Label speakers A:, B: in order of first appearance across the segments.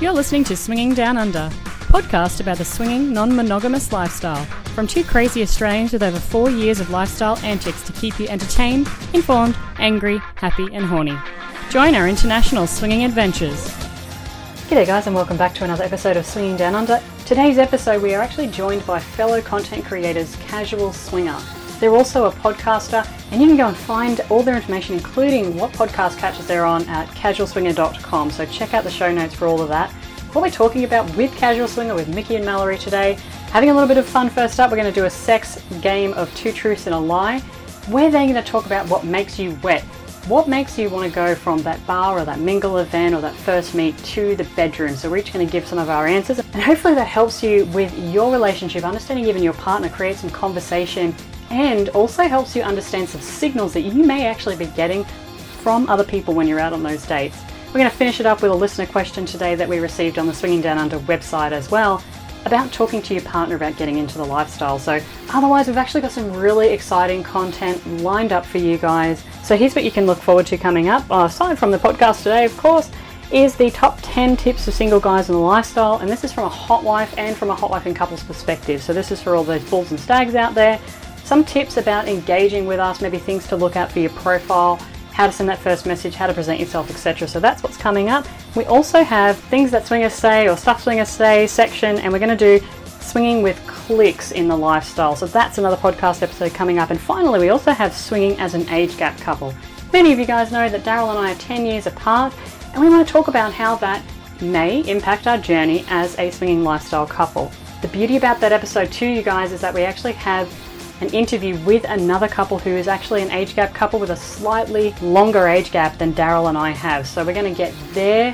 A: You're listening to Swinging Down Under, podcast about the swinging, non-monogamous lifestyle. From two crazy Australians with over four years of lifestyle antics to keep you entertained, informed, angry, happy, and horny. Join our international swinging adventures. G'day, guys, and welcome back to another episode of Swinging Down Under. Today's episode, we are actually joined by fellow content creators Casual Swinger. They're also a podcaster, and you can go and find all their information, including what podcast catches they're on, at casualswinger.com. So check out the show notes for all of that. What we're talking about with Casual Swinger, with Mickey and Mallory today, having a little bit of fun first up, we're going to do a sex game of two truths and a lie, where they're going to talk about what makes you wet. What makes you want to go from that bar or that mingle event or that first meet to the bedroom? So, we're each going to give some of our answers, and hopefully, that helps you with your relationship, understanding even your partner, create some conversation, and also helps you understand some signals that you may actually be getting from other people when you're out on those dates. We're going to finish it up with a listener question today that we received on the Swinging Down Under website as well about talking to your partner about getting into the lifestyle. So, otherwise, we've actually got some really exciting content lined up for you guys. So, here's what you can look forward to coming up, uh, aside from the podcast today, of course. Is the top 10 tips for single guys in the lifestyle, and this is from a hot wife and from a hot wife and couples perspective. So, this is for all those bulls and stags out there. Some tips about engaging with us, maybe things to look out for your profile, how to send that first message, how to present yourself, etc. So that's what's coming up. We also have things that swingers say or stuff swingers say section, and we're going to do swinging with clicks in the lifestyle. So that's another podcast episode coming up. And finally, we also have swinging as an age gap couple. Many of you guys know that Daryl and I are 10 years apart, and we want to talk about how that may impact our journey as a swinging lifestyle couple. The beauty about that episode, too, you guys, is that we actually have an interview with another couple who is actually an age gap couple with a slightly longer age gap than Daryl and I have. So we're going to get their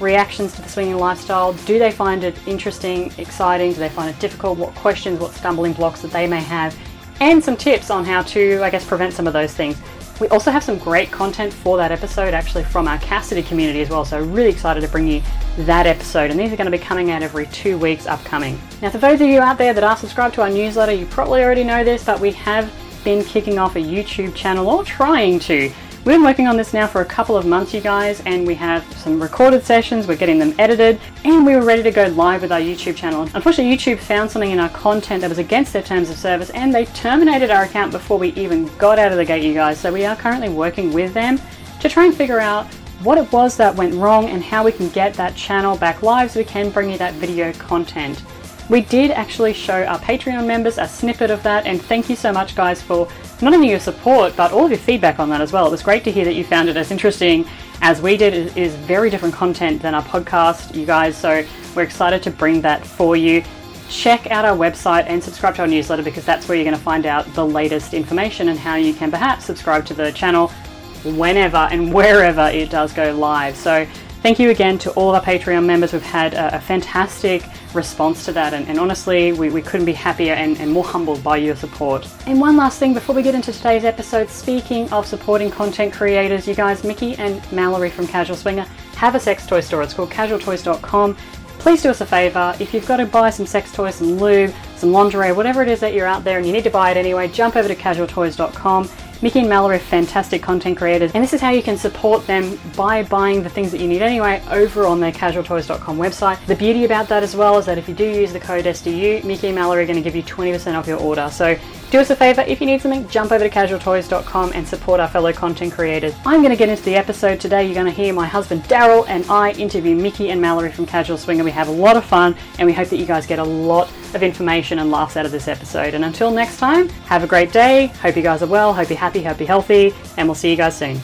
A: reactions to the swinging lifestyle. Do they find it interesting, exciting? Do they find it difficult? What questions, what stumbling blocks that they may have? And some tips on how to, I guess, prevent some of those things. We also have some great content for that episode actually from our Cassidy community as well, so really excited to bring you that episode. And these are going to be coming out every two weeks upcoming. Now, for those of you out there that are subscribed to our newsletter, you probably already know this, but we have been kicking off a YouTube channel or trying to. We've been working on this now for a couple of months, you guys, and we have some recorded sessions, we're getting them edited, and we were ready to go live with our YouTube channel. Unfortunately, YouTube found something in our content that was against their terms of service, and they terminated our account before we even got out of the gate, you guys. So we are currently working with them to try and figure out what it was that went wrong and how we can get that channel back live so we can bring you that video content. We did actually show our Patreon members a snippet of that, and thank you so much, guys, for not only your support but all of your feedback on that as well. It was great to hear that you found it as interesting as we did. It is very different content than our podcast, you guys, so we're excited to bring that for you. Check out our website and subscribe to our newsletter because that's where you're going to find out the latest information and how you can perhaps subscribe to the channel whenever and wherever it does go live. So thank you again to all of our Patreon members. We've had a, a fantastic response to that, and, and honestly, we, we couldn't be happier and, and more humbled by your support. And one last thing before we get into today's episode, speaking of supporting content creators, you guys, Mickey and Mallory from Casual Swinger have a sex toy store. It's called casualtoys.com please do us a favor. If you've got to buy some sex toys, some lube, some lingerie, whatever it is that you're out there and you need to buy it anyway, jump over to casualtoys.com. Mickey and Mallory are fantastic content creators, and this is how you can support them by buying the things that you need anyway over on their casualtoys.com website. The beauty about that as well is that if you do use the code SDU, Mickey and Mallory are going to give you 20% off your order. So do us a favor, if you need something, jump over to casualtoys.com and support our fellow content creators. I'm going to get into the episode today. You're going to hear my husband Daryl and I interview Mickey and Mallory from Casual Swinger. We have a lot of fun, and we hope that you guys get a lot of information and laughs out of this episode. And until next time, have a great day. Hope you guys are well. Hope you're happy. Hope you're healthy. And we'll see you guys soon.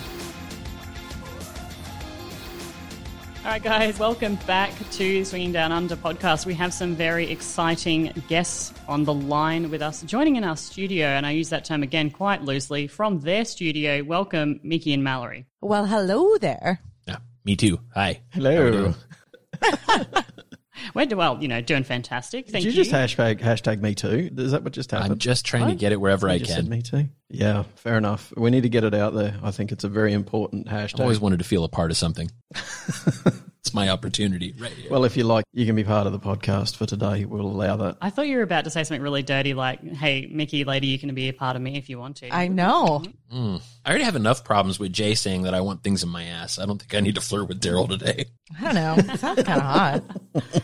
A: All right, guys, welcome back to Swinging Down Under podcast. We have some very exciting guests on the line with us joining in our studio, and I use that term again quite loosely from their studio. Welcome, Mickey and Mallory.
B: Well, hello there.
C: Yeah, me too. Hi.
D: Hello.
A: We're do- well, you know, doing fantastic. Thank
D: Did you, just hashtag hashtag me too? Is that what just happened?
C: I'm just trying to get it wherever
D: You
C: I
D: just said
C: can.
D: me too. Yeah, fair enough. We need to get it out there. I think it's a very important hashtag.
C: Always wanted to feel a part of something. It's my opportunity right here.
D: Well, if you like, you can be part of the podcast for today. We'll allow that.
A: I thought you were about to say something really dirty, like, "Hey, Mickey, later you can be a part of me if you want to."
B: I know.
C: I already have enough problems with Jay saying that I want things in my ass. I don't think I need to flirt with Daryl today.
B: I don't know. It sounds kind of hot.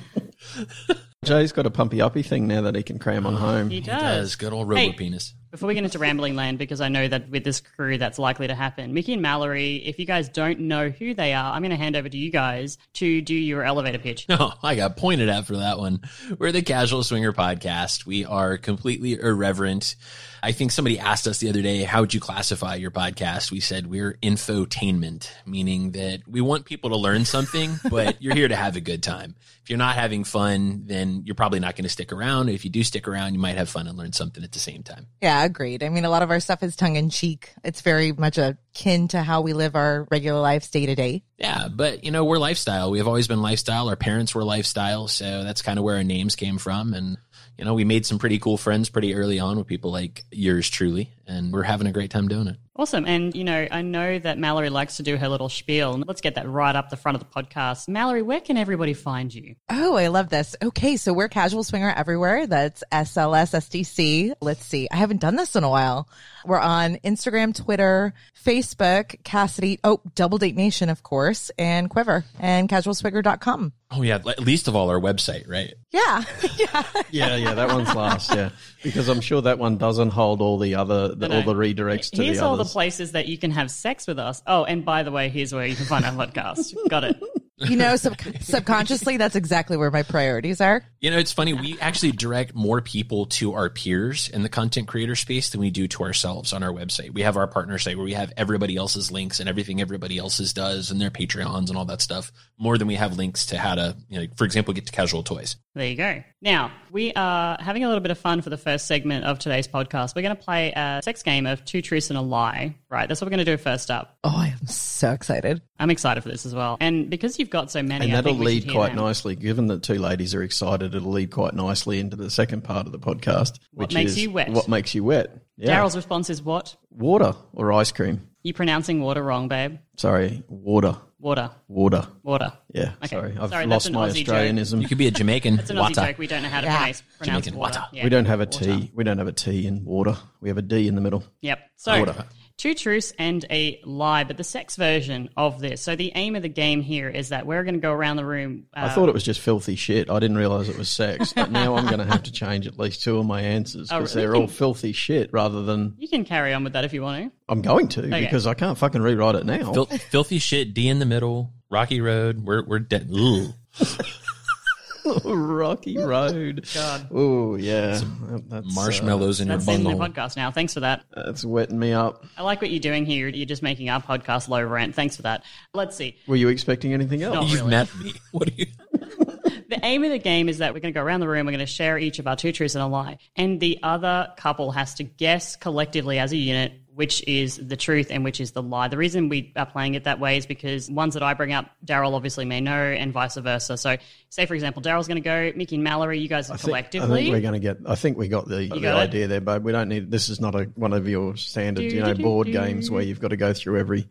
D: Jay's got a pumpy uppy thing now that he can cram on home.
A: he does.
C: Does good old robo
A: Hey.
C: penis.
A: Before we get into rambling land, because I know that with this crew, that's likely to happen. Mickey and Mallory, if you guys don't know who they are, I'm going to hand over to you guys to do your elevator pitch.
C: No, Oh, I got pointed at for that one. We're the Casual Swinger Podcast. We are completely irreverent. I think somebody asked us the other day, how would you classify your podcast? We said we're infotainment, meaning that we want people to learn something, but you're here to have a good time. If you're not having fun, then you're probably not going to stick around. If you do stick around, you might have fun and learn something at the same time.
B: Yeah, agreed. I mean, a lot of our stuff is tongue in cheek. It's very much akin to how we live our regular lives day to day.
C: Yeah, but you know, we're lifestyle. We have always been lifestyle. Our parents were lifestyle, so that's kind of where our names came from and you know, we made some pretty cool friends pretty early on with people like yours truly, and we're having a great time doing it.
A: Awesome. And, you know, I know that Mallory likes to do her little spiel. Let's get that right up the front of the podcast. Mallory, where can everybody find you?
B: Oh, I love this. Okay, so we're Casual Swinger everywhere. That's SLS, SDC. Let's see. I haven't done this in a while. We're on Instagram, Twitter, Facebook, Cassidy. Oh, Double Date Nation, of course, and Quiver and casualswinger.com.
C: Oh yeah, at least of all our website, right?
B: Yeah. yeah.
D: Yeah, yeah, that one's last. Yeah, because I'm sure that one doesn't hold all the other the, all the redirects to
A: Here's
D: the
A: all the
D: others.
A: places that you can have sex with us. Oh, and by the way, here's where you can find our podcast. Got it.
B: You know, sub- subconsciously, that's exactly where my priorities are.
C: You know, it's funny, we actually direct more people to our peers in the content creator space than we do to ourselves on our website. We have our partner site where we have everybody else's links and everything everybody else's does and their Patreons and all that stuff, more than we have links to how to, you know, for example, get to casual toys.
A: There you go. Now, we are having a little bit of fun for the first segment of today's podcast. We're going to play a sex game of two truths and a lie, right? That's what we're going to do first up.
B: Oh, I am so excited.
A: I'm excited for this as well. And because you've got so many,
D: and
A: I
D: that'll
A: think we should
D: lead
A: hear
D: quite
A: them.
D: nicely, given that two ladies are excited. It'll lead quite nicely into the second part of the podcast,
A: What makes
D: is
A: you wet?
D: What makes you wet? Yeah,
A: Daryl's response is what?
D: water or ice cream?
A: You pronouncing water wrong, babe.
D: Sorry, water,
A: Water.
D: water.
A: Water.
D: Yeah,
A: Okay.
D: sorry, I've
A: Sorry, that's
D: lost
A: an
D: my
A: Aussie joke.
D: Australianism.
C: You could be a Jamaican.
A: It's an Aussie
C: Wata.
A: joke. We don't know how to
B: Yeah.
A: pronounce, pronounce
C: Jamaican
A: water.
C: water.
A: Yeah.
D: We don't have a T. We don't have a T in water. We have a D in the middle.
A: Yep. So
D: Water.
A: two truths and a lie, but the sex version of this. So the aim of the game here is that we're going to go around the room.
D: I
A: Uh,
D: thought it was just filthy shit. I didn't realize it was sex. But now I'm going to have to change at least two of my answers
A: Oh,
D: because they're all filthy shit rather than
A: you can carry on with that if you want to.
D: I'm going to because I can't fucking rewrite it now.
C: Fil- filthy shit. D in the middle. Rocky Road. We're we're dead. Ooh.
D: Rocky Road. God. Oh, yeah. That's,
C: Marshmallows in your
A: That's in the
C: bunghole.
A: podcast now. Thanks for that.
D: that's wetting me up.
A: I like what you're doing here. You're just making our podcast low rent. Thanks for that. Let's see.
D: Were you expecting anything else?
A: No.
C: You've met me. What are you?
A: The aim of the game is that we're going to go around the room. We're going to share each of our two truths and a lie, and the other couple has to guess collectively as a unit which is the truth and which is the lie. The reason we are playing it that way is because ones that I bring up, Daryl obviously may know, and vice versa. So, say for example, Daryl's going to go, Mickey and Mallory, you guys
D: I think-
A: collectively.
D: I think we're going to get. I think we got the, the
A: got it?
D: idea there, but we don't need. This is not a one of your standard, you know, board games where you've got to go through every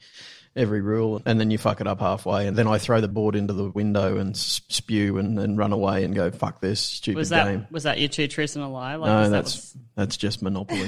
D: every rule and then you fuck it up halfway, and then I throw the board into the window and s- spew and, and run away and go fuck this stupid
A: was that
D: game.
A: was that your two truths and a lie? Like,
D: No,
A: was that
D: that's that's just monopoly.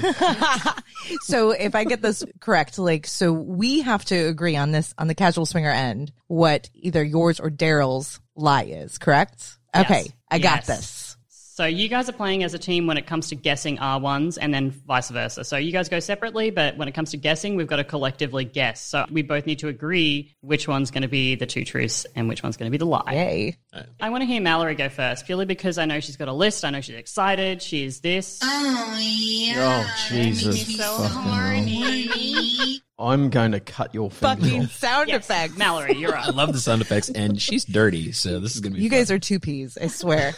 B: So if I get this correct, like, so we have to agree on this on the casual swinger end what either yours or Daryl's lie is, correct? Okay, I
A: Yes.
B: got this.
A: So you guys are playing as a team when it comes to guessing our ones, and then vice versa. So you guys go separately, but when it comes to guessing, we've got to collectively guess. So we both need to agree which one's going to be the two truths and which one's going to be the lie.
B: Yay.
A: I want to hear Mallory go first, purely because I know she's got a list. I know she's excited. She is this.
E: Oh yeah.
D: oh Jesus!
E: So
D: fucking hell.
E: horny.
D: I'm going to cut your
B: Fucking
D: fingers off.
B: sound effects.
A: Mallory, you're
C: I
A: up.
C: love the sound effects, and she's dirty, so this is gonna be.
B: You
C: fun.
B: guys are two peas, I swear.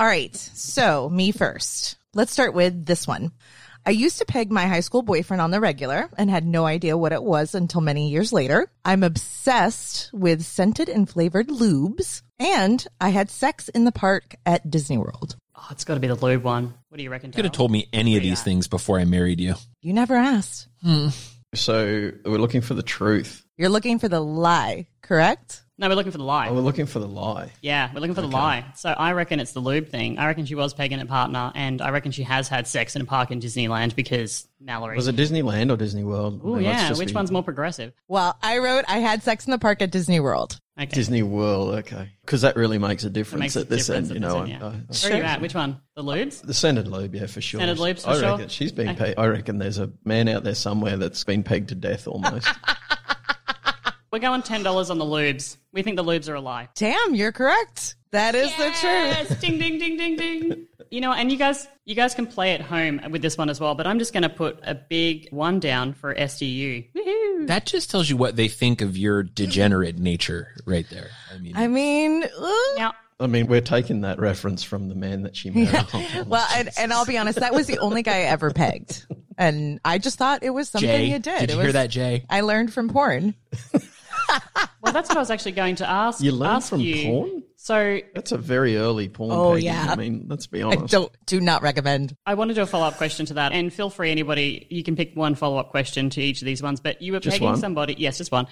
B: All right. So, me first. Let's start with this one. I used to peg my high school boyfriend on the regular and had no idea what it was until many years later. I'm obsessed with scented and flavored lubes, and I had sex in the park at Disney World.
A: Oh, it's got to be the lube one. What do you reckon?
C: You could have
A: Daryl?
C: told me any of these things before I married you.
B: You never asked.
D: So we're looking for the truth.
B: You're looking for the lie, correct?
A: No, we're looking for the lie.
D: Oh, we're looking for the lie.
A: Yeah, we're looking for the lie. So I reckon it's the lube thing. I reckon she was pegging a partner, and I reckon she has had sex in a park in Disneyland because Mallory.
D: Was it Disneyland or Disney World?
A: Oh
D: Let's
A: yeah,
D: just
A: which
D: be-
A: one's more progressive?
B: Well, I wrote I had sex in the park at Disney World.
A: Okay,
D: Disney World, okay. Because that really makes a difference
A: makes a
D: at this
A: difference
D: end,
A: at
D: you
A: this
D: know. uh,
A: end,
D: I-
A: yeah.
D: I- I-
A: Where are you at? Which one? The lubes?
D: The scented lube, yeah, for sure.
A: Scented lubes, for
D: I
A: sure.
D: reckon she's been. Pe- I reckon there's a man out there somewhere that's been pegged to death almost.
A: We're going ten dollars on the lubes. We think the lubes are a lie.
B: Damn, you're correct. That is the truth.
A: Yes, ding ding ding ding ding. You know, and you guys, you guys can play at home with this one as well. But I'm just going to put a big one down for SDU.
B: Hmm.
A: Woohoo!
C: That just tells you what they think of your degenerate nature right there. I mean,
B: I mean, ooh.
A: Now,
D: I mean, we're taking that reference from the man that she married.
B: well, and, and I'll be honest, that was the only guy I ever pegged, and I just thought it was something
C: Jay,
B: you did.
C: did
B: it
C: you
B: was,
C: hear that, Jay?
B: I learned from porn.
A: well, that's what I was actually going to ask.
D: You learn
A: ask
D: from
A: you.
D: porn?
A: So
D: That's a very early porn
B: Oh,
D: pegging.
B: yeah.
D: I mean, let's be
B: I
D: honest.
B: don't do not recommend.
A: I want to do a follow up question to that, and feel free, anybody, you can pick one follow up question to each of these ones. But you were
D: Just
A: pegging
D: one?
A: somebody, yes, just one.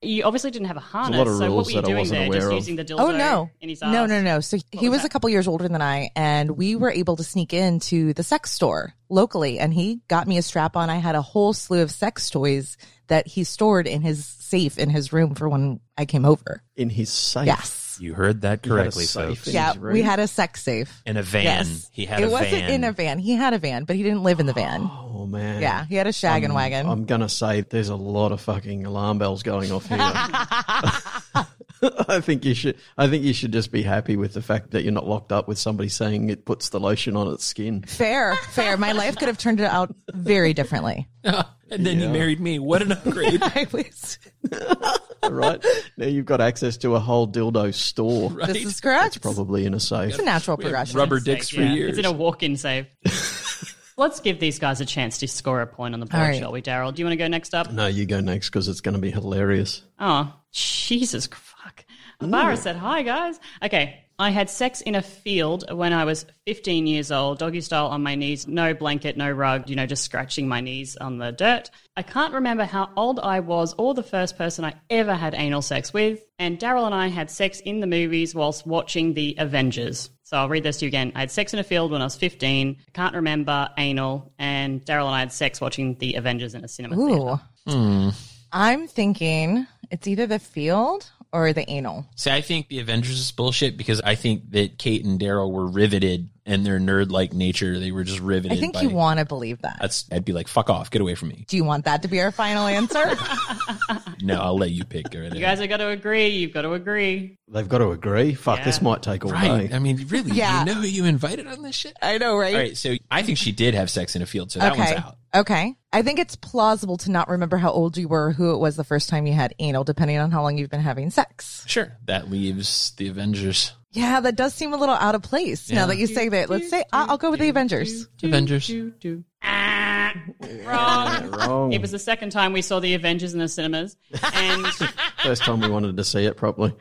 A: You obviously didn't have a harness,
D: lot of
A: so what
D: rules
A: were you
D: that I
A: doing
D: wasn't
A: there?
D: aware
A: Just
D: of.
A: using the dildo?
B: Oh no,
A: in his
B: no,
A: ass?
B: no, no. So he was, a couple years older than I, and we were able to sneak into the sex store locally, and he got me a strap on. I had a whole slew of sex toys that he stored in his safe in his room for when I came over.
D: In his safe.
B: Yes,
F: You heard that
D: You had a
F: correctly,
D: safe
F: folks.
D: in
B: yeah,
D: his room.
B: we had a sex safe.
F: In a van.
B: Yes,
F: He had
B: it
F: a
B: wasn't
F: van.
B: in a van. He had a van, but he didn't live in the van.
D: Oh, man.
B: Yeah, he had a shaggin' wagon.
D: I'm going to say there's a lot of fucking alarm bells going off here. I think you should I think you should just be happy with the fact that you're not locked up with somebody saying it puts the lotion on its skin.
B: fair, fair. My life could have turned out very differently.
C: and then he married me. What an upgrade!
B: I was-
D: right? now you've got access to a whole dildo store.
C: right?
B: this is correct.
D: Probably in a safe.
B: It's a natural
C: We have
B: progression.
C: rubber
A: Safe,
C: dicks for
A: yeah.
C: years.
A: It's in a walk in safe. Let's give these guys a chance to score a point on the board,
B: All right.
A: shall we, Daryl? Do you want to go next up?
D: No, you go next because it's going to be hilarious.
A: Oh, Jesus fuck. Amara said, Hi, guys. Okay. I had sex in a field when I was 15 years old, doggy style on my knees, no blanket, no rug, you know, just scratching my knees on the dirt. I can't remember how old I was or the first person I ever had anal sex with. And Daryl and I had sex in the movies whilst watching The Avengers. So I'll read this to you again. I had sex in a field when I was 15. I can't remember anal. And Daryl and I had sex watching The Avengers in a cinema. theater.
B: Ooh.
C: Hmm.
B: I'm thinking it's either the field or the anal.
C: See, I think the Avengers is bullshit because I think that Kate and Daryl were riveted and their nerd like nature. They were just riveted.
B: I think
C: by,
B: you want to believe that.
C: That's, I'd be like, fuck off, get away from me.
B: Do you want that to be our final answer?
C: No, I'll let you pick. Right
A: You guys have got to agree. You've got to agree.
D: They've got to agree. Fuck,
A: Yeah.
D: this might take all
C: right.
D: day.
C: I mean, really,
B: Yeah.
C: you know who you invited on this shit?
B: I know,
C: All right, so I think she did have sex in a field, so that
B: Okay.
C: one's out.
B: Okay. I think it's plausible to not remember how old you were, or who it was the first time you had anal, depending on how long you've been having sex.
C: Sure. That leaves the Avengers.
B: Yeah, that does seem a little out of place now that you say that. Let's say I- I'll go with the Avengers.
C: Avengers.
A: Ah, wrong.
D: Wrong.
A: It was the second time we saw the Avengers in the cinemas, and
D: First time we wanted to see it properly.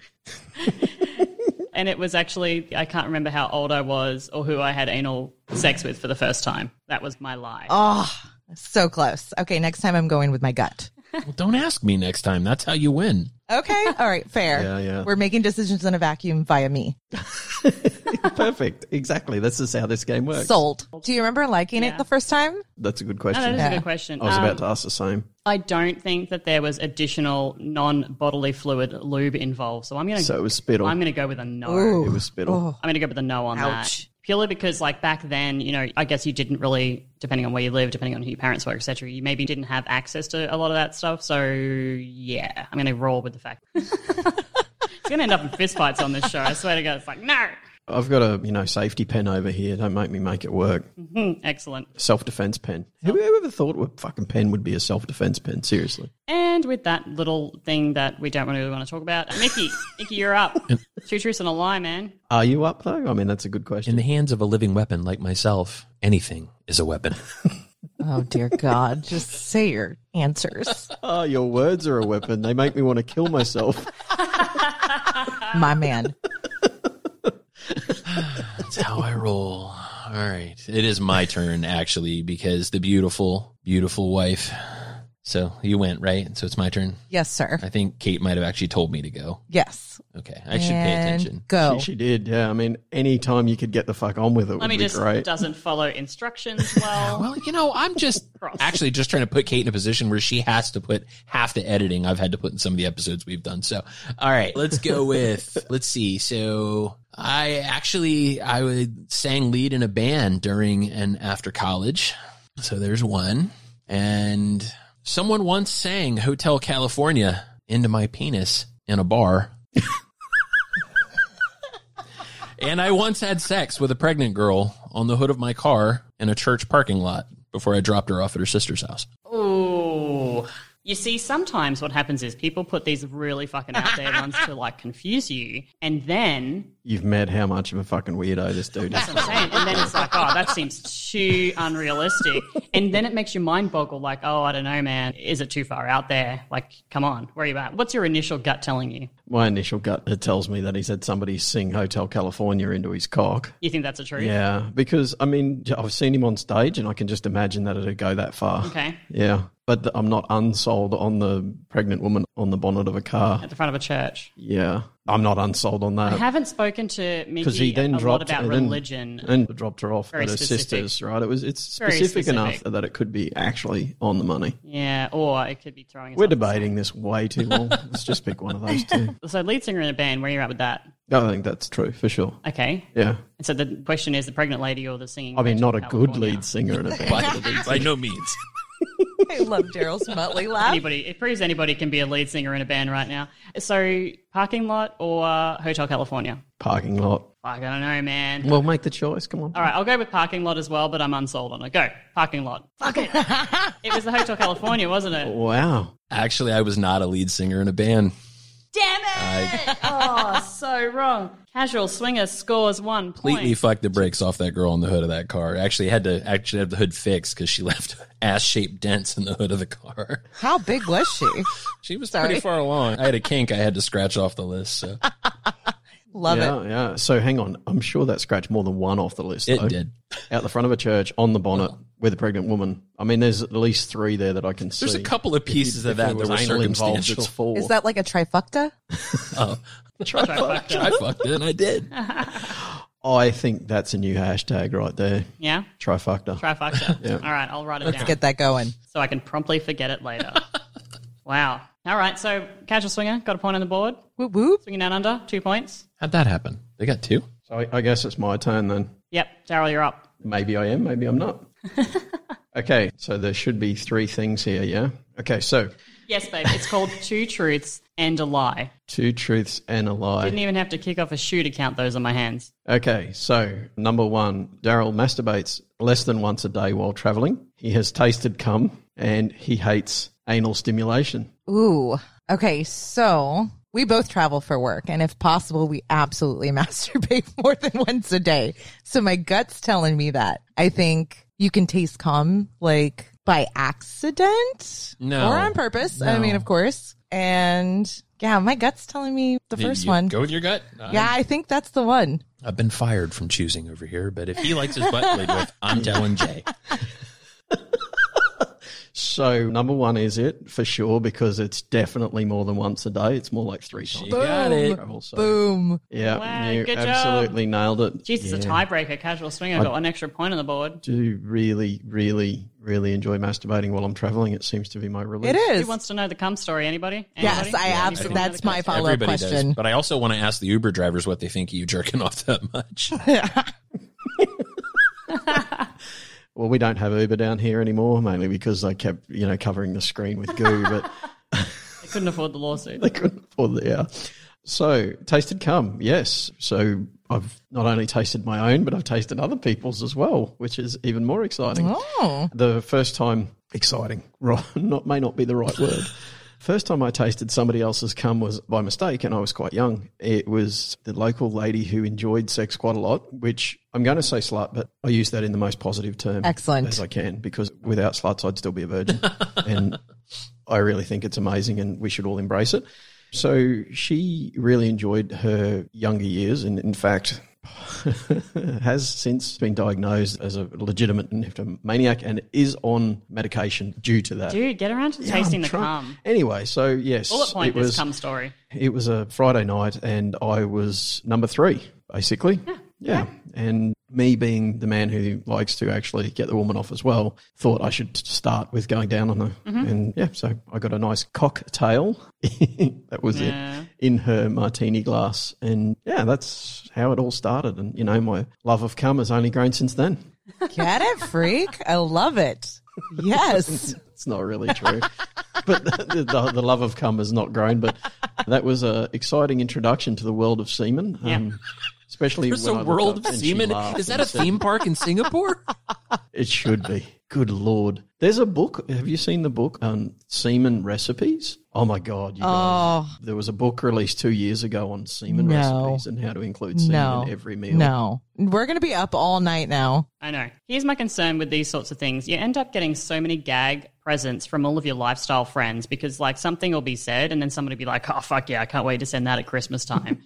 A: and it was actually I can't remember how old I was or who I had anal sex with for the first time. That was my lie.
B: Oh, so close. Okay, next time I'm going with my gut.
C: Well, don't ask me next time. That's how you win.
B: Okay, all right, fair.
D: Yeah, yeah.
B: We're making decisions in a vacuum via me.
D: Perfect. Exactly. This is how this game works.
B: Sold. Do you remember liking
A: Yeah.
B: it the first time?
D: That's a good
A: No,
D: question.
A: Ah, that is a
B: Yeah.
A: good question.
D: I was
A: Um,
D: about to ask the same.
A: I don't think that there was additional non-bodily fluid lube involved, so I'm gonna
D: So it was spittle.
A: I'm gonna go with a no.
D: it was spittle.
A: I'm going to go with the no on that.
B: Ouch.
A: Purely because, like, back then, you know, I guess you didn't really, depending on where you live, depending on who your parents were, etc., you maybe didn't have access to a lot of that stuff. So, yeah, I'm going to roll with the fact. it's going to end up in fistfights on this show. I swear to God, it's like, no.
D: I've got a you know safety pen over here. Don't make me make it work.
A: Hmm, Excellent.
D: Self defense pen. Who who ever thought a fucking pen would be a self defense pen? Seriously.
A: And with that little thing that we don't really want to talk about, Mickey, Mickey, you're up. Two truths and a lie, man.
D: Are you up though? I mean, that's a good question.
C: In the hands of a living weapon like myself, anything is a weapon.
B: Oh, dear God. Just say your answers.
D: Oh, your words are a weapon. They make me want to kill myself.
B: My man.
C: That's how I roll. All right. It is my turn, actually, because the beautiful, beautiful wife So you went, right? So it's my turn.
B: Yes, sir.
C: I think Kate might have actually told me to go.
B: Yes.
C: Okay. I should pay
B: And
C: attention.
B: Go.
D: She, she did, yeah. I mean, any time you could get the fuck on with it would
A: Lemmy
D: be
A: just
D: great.
A: doesn't follow instructions well.
C: Well, you know, I'm just actually just trying to put Kate in a position where she has to put half the editing I've had to put in some of the episodes we've done. So, all right, let's go with, let's see. So I actually, I would sang lead in a band during and after college. So there's one. And someone once sang Hotel California into my penis in a bar. And I once had sex with a pregnant girl on the hood of my car in a church parking lot before I dropped her off at her sister's house.
A: Ooh. You see, sometimes what happens is people put these really fucking out there ones to like confuse you, and then
D: You've met how much of a fucking weirdo this dude is.
A: that's what I'm saying, and then it's like, oh, that seems too unrealistic, and then it makes your mind boggle, like, oh, I don't know, man, is it too far out there? Like, come on, where are you at? What's your initial gut telling you?
D: My initial gut it tells me that he's had somebody sing Hotel California into his cock.
A: You think that's the truth?
D: Yeah, because I mean, I've seen him on stage, and I can just imagine that it'd go that far.
A: Okay.
D: Yeah, but th- I'm not unsold on the pregnant woman on the bonnet of a car.
A: At the front of a church.
D: Yeah, I'm not unsold on
A: I
D: that
A: haven't spoken to Mickey
D: because Uh, he then
A: a lot
D: dropped
A: about
D: and then-
A: religion.
D: and dropped her off
A: Very
D: at her
A: specific.
D: sister's. Right? It was it's
A: Very
D: specific, enough
A: specific.
D: that it could be actually on the money.
A: yeah, or it could be throwing. us
D: We're
A: off the
D: debating this way too long. Let's just pick one of those two.
A: side. So, lead singer in a band, where are you at with that?
D: I think that's true for sure.
A: Okay,
D: Yeah,
A: And so the question is the pregnant lady or the singing?
D: I mean,
A: Rachel
D: not a
A: California?
D: good lead singer in a band.
C: By, by no means.
B: I love Daryl's Muttley laugh.
A: Anybody, it proves anybody can be a lead singer in a band right now. So parking lot or uh, Hotel California?
D: Parking lot.
A: Like, I don't know, man.
D: Well, make the choice. Come on.
A: All right, I'll go with parking lot as well, but I'm unsold on it. Go parking lot. Fuck it. it was the Hotel California, wasn't it?
D: Wow.
C: Actually, I was not a lead singer in a band. Damn it! I
A: Oh, so wrong. Casual swinger scores one
C: completely
A: point.
C: fucked the brakes off that girl on the hood of that car. Actually, had to actually have the hood fixed because she left ass shaped dents in the hood of the car.
B: How big was she?
C: She was
B: Sorry.
C: pretty far along. I had a kink I had to scratch off the list. So
B: Love
D: yeah,
B: it.
D: yeah. So hang on. I'm sure that scratched more than one off the list.
C: it
D: though.
C: did.
D: Out the front of a church on the bonnet with a pregnant woman. I mean, there's at least three there that I can see.
C: There's a couple of pieces of
D: If there
C: that that
D: was
C: were
D: anal involved,
C: circumstantial.
D: It's four.
B: Is that like a trifecta?
C: Oh, I fucked it and I did.
D: I think that's a new hashtag right there.
A: Yeah,
D: Trifecta.
A: trifecta. All right, I'll write it down
B: Get that going.
A: so I can promptly forget it later. wow. All right, so casual swinger got a point on the board.
B: Whoop whoop.
A: Swinging down under, two points.
C: How'd that happen? They got two.
D: so I, I guess it's my turn then.
A: Yep, Daryl, you're up.
D: Maybe I am, maybe I'm not. okay, so there should be three things here, yeah? Okay, so
A: Yes, babe. It's called Two Truths and a Lie.
D: two truths and a lie.
A: Didn't even have to kick off a shoe to count those on my hands.
D: Okay, so number one, Daryl masturbates less than once a day while traveling. He has tasted cum and he hates anal stimulation.
B: Ooh. Okay, so we both travel for work, and if possible, we absolutely masturbate more than once a day. So my gut's telling me that. I think you can taste cum like by accident
C: No.
B: or on purpose. I mean, of course. And yeah, my gut's telling me the first
C: You
B: one.
C: Go with your gut.
B: yeah, I think that's the one.
C: I've been fired from choosing over here, but if he likes his butt played with, I'm telling Jay.
D: So number one is it for sure because it's definitely more than once a day. It's more like three times.
C: You got it.
D: Travel, so-
B: Boom.
D: Yeah,
A: Wow,
D: you
A: good job.
D: absolutely nailed it.
A: Jeez, it's a tiebreaker. Casual swinger got one extra point on the board.
D: do really, really, really enjoy masturbating while I'm traveling. It seems to be my relief.
B: It
A: Who
B: is.
A: wants to know the cum story? Anybody?
B: Yes,
A: Anybody?
B: I
A: Yeah,
B: abso-
A: anybody?
B: that's my follow up
C: Everybody
B: question.
C: does. But I also want to ask the Uber drivers what they think of you jerking off that much.
D: Well, we don't have Uber down here anymore, mainly because I kept, you know, covering the screen with goo, but
A: I couldn't afford the lawsuit.
D: they couldn't afford the hour. So, tasted cum, yes. So, I've not only tasted my own, but I've tasted other people's as well, which is even more exciting.
B: Oh.
D: The first time, exciting, right? Not may not be the right word. First time I tasted somebody else's cum was by mistake, and I was quite young. It was the local lady who enjoyed sex quite a lot, which I'm going to say slut, but I use that in the most positive term,
B: Excellent.
D: as I can, because without sluts, I'd still be a virgin, and I really think it's amazing, and we should all embrace it. So she really enjoyed her younger years, and in fact, has since been diagnosed as a legitimate nymphomaniac and is on medication due to that.
A: Dude, get around to
D: Yeah, I'm
A: tasting the
D: trying-
A: cum.
D: Anyway, so yes,
A: Bullet point
D: it was
A: this cum story.
D: it was a Friday night, and I was number three, basically. Yeah. And me being the man who likes to actually get the woman off as well, thought I should start with going down on her. And yeah, so I got a nice cocktail. that was
A: Yeah.
D: it in her martini glass. And yeah, that's how it all started. And, you know, my love of cum has only grown since then.
B: Get it, freak. I love it. Yes.
D: It's not really true. but the, the, the love of cum has not grown. But that was a exciting introduction to the world of semen. um,
A: Yeah.
D: especially
C: There's
D: when
C: a
D: I looked
C: world
D: up
C: of
D: and she
C: semen.
D: laughed
C: Is that
D: and
C: a
D: said,
C: theme park in Singapore?
D: It should be. Good lord. There's a book. Have you seen the book on semen recipes? Oh my god! You guys.
B: Oh.
D: There was a book released two years ago on semen
B: No.
D: recipes and how to include semen
B: No.
D: in every meal.
B: No. We're going to be up all night now.
A: I know. Here's my concern with these sorts of things. You end up getting so many gag presents from all of your lifestyle friends because like something will be said and then somebody will be like, Oh fuck yeah, I can't wait to send that at Christmas time.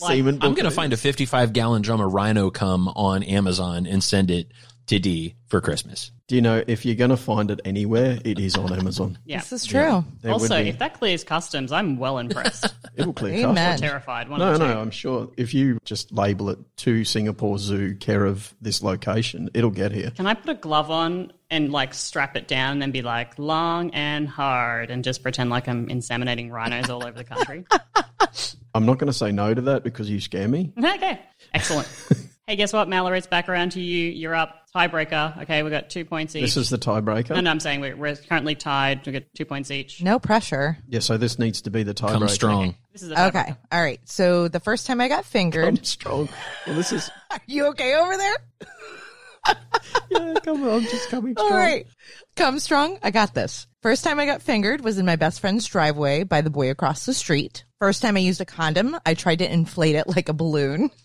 A: Like,
D: Semen.
C: I'm
D: book.
C: going to find a 55 gallon drum of rhino cum on Amazon and send it to D for Christmas.
D: Do you know if you're going to find it anywhere, it is on Amazon.
A: yeah.
B: This is true.
D: There would
A: also,
D: be-
A: if that clears customs, I'm well impressed.
D: it will clear
B: Amen.
D: customs.
A: Terrified. One
D: No,
A: or two.
D: no, I'm sure if you just label it to Singapore Zoo, care of this location, it'll get here.
A: Can I put a glove on and like strap it down and then be like long and hard and just pretend like I'm inseminating rhinos all over the country?
D: I'm not going to say no to that because you scare me.
A: okay. Excellent. hey, guess what, Mallory? It's back around to you. You're up. Tiebreaker. Okay, we got two points each.
D: This is the tiebreaker.
A: no, no, I'm saying we're, we're currently tied. We got two points each.
B: No pressure.
D: Yeah, so this needs to be the
C: Come
D: tiebreaker.
C: strong.
A: This is a tiebreaker.
B: Okay. All right. So the first time I got fingered.
D: Come strong. Well, this is
B: Are you okay over there?
D: yeah. Come on, just coming strong.
B: All right. Come strong. I got this. First time I got fingered was in my best friend's driveway by the boy across the street. First time I used a condom, I tried to inflate it like a balloon.